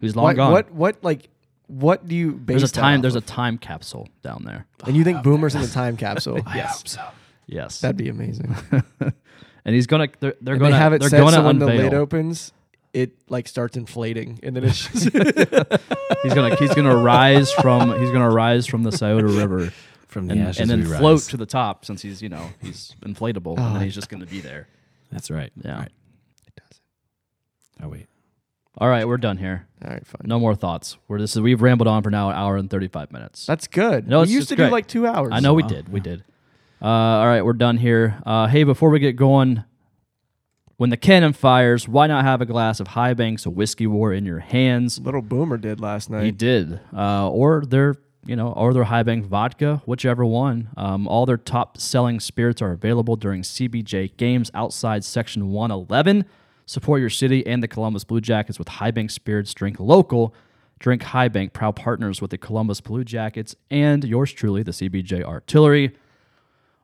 He's long
What,
gone.
what what like what do you base
There's a
that
time.
off
There's a
of?
time capsule down there.
and you think Boomer's in the time capsule?
I hope so.
Yes,
That'd be amazing.
and he's gonna. They're, they're
And
gonna.
they have it
they're
set
gonna
so when the
unveil.
lid opens, it like starts inflating, and then it's just,
He's gonna. He's gonna rise from. He's gonna rise from the Scioto River.
From the
And,
ashes
and then
we rise.
float to the top since he's you know he's inflatable and
Oh.
then he's just gonna be there.
That's right.
Yeah.
All right. Oh wait.
All right, we're done here.
all right, fine.
No more thoughts. We're this is we've rambled on for now an hour and thirty five minutes.
That's good.
No,
we
it's-
used
it's
to
great.
do like two hours.
I know we did. We did. Uh, all right, we're done here. Uh, hey, before we get going, when the cannon fires, why not have a glass of High Banks of Whiskey War in your hands?
Little Boomer did last
He
night.
did, uh, or their you know, or their High Bank vodka, whichever one. Um, all their top selling spirits are available during CBJ games outside Section 111. Support your city and the Columbus Blue Jackets with High Bank spirits. Drink local. Drink High Bank. Proud partners with the Columbus Blue Jackets and yours truly, the CBJ Artillery.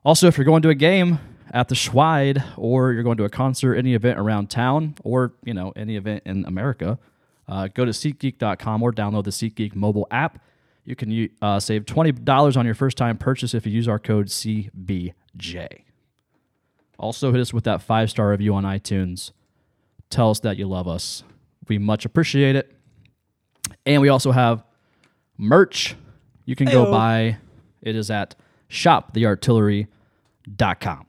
Also, if you're going to a game at the Schwide or you're going to a concert, any event around town, or you know any event in America, uh, go to SeatGeek.com or download the SeatGeek mobile app. You can u- uh, save twenty dollars on your first time purchase if you use our code CBJ. Also, hit us with that five star review on iTunes. Tell us that you love us. We much appreciate it. And we also have merch you can go buy. It is at shoptheartillery.com.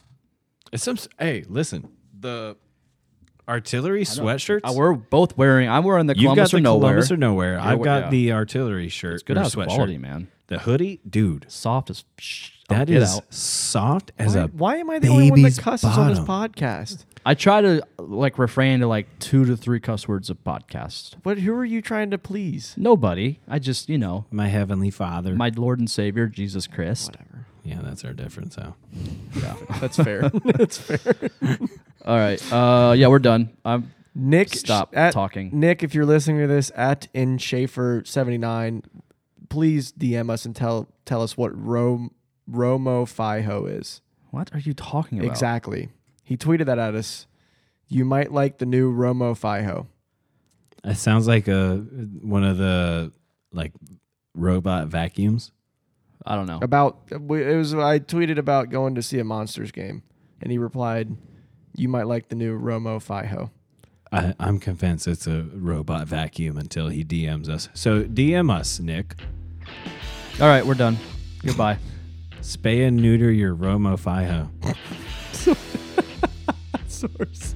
It's some. s- Hey, listen, the artillery sweatshirts.
Uh, we're both wearing, I'm wearing the
You've got
Columbus
the
or Nowhere.
Columbus or nowhere. I've
we-
got
yeah.
the artillery shirt.
Good
or
ass
sweatshirt.
quality, man.
The hoodie, dude.
Soft as sh- I'll
That
get
is
out.
soft as a.
Why am I the only one that
baby's
cusses on this
bottom.
podcast?
I try to like refrain to like two to three cuss words a podcast.
What? Who are you trying to please?
Nobody. I just, you know,
My heavenly father.
my Lord and Savior, Jesus Christ.
yeah, that's our difference. How?
That's fair.
All right. Uh, yeah, we're done. I'm
Nick, sh-
Stop talking.
Nick, if you're listening to this at in Schaefer seventy nine, please DM us and tell tell us what Rom, Romo Fiho is
What are you talking about?
exactly. He tweeted that at us. You might like the new Romo Fiho.
It sounds like a one of the like robot vacuums.
I don't know.
About we- it was I tweeted about going to see a monsters game, and he replied, "You might like the new Romo Fiho."
I, I'm convinced it's a robot vacuum until he DMs us. So DM us, Nick.
All right, we're done. Goodbye.
Spay and neuter your Romo Fiho.
Source.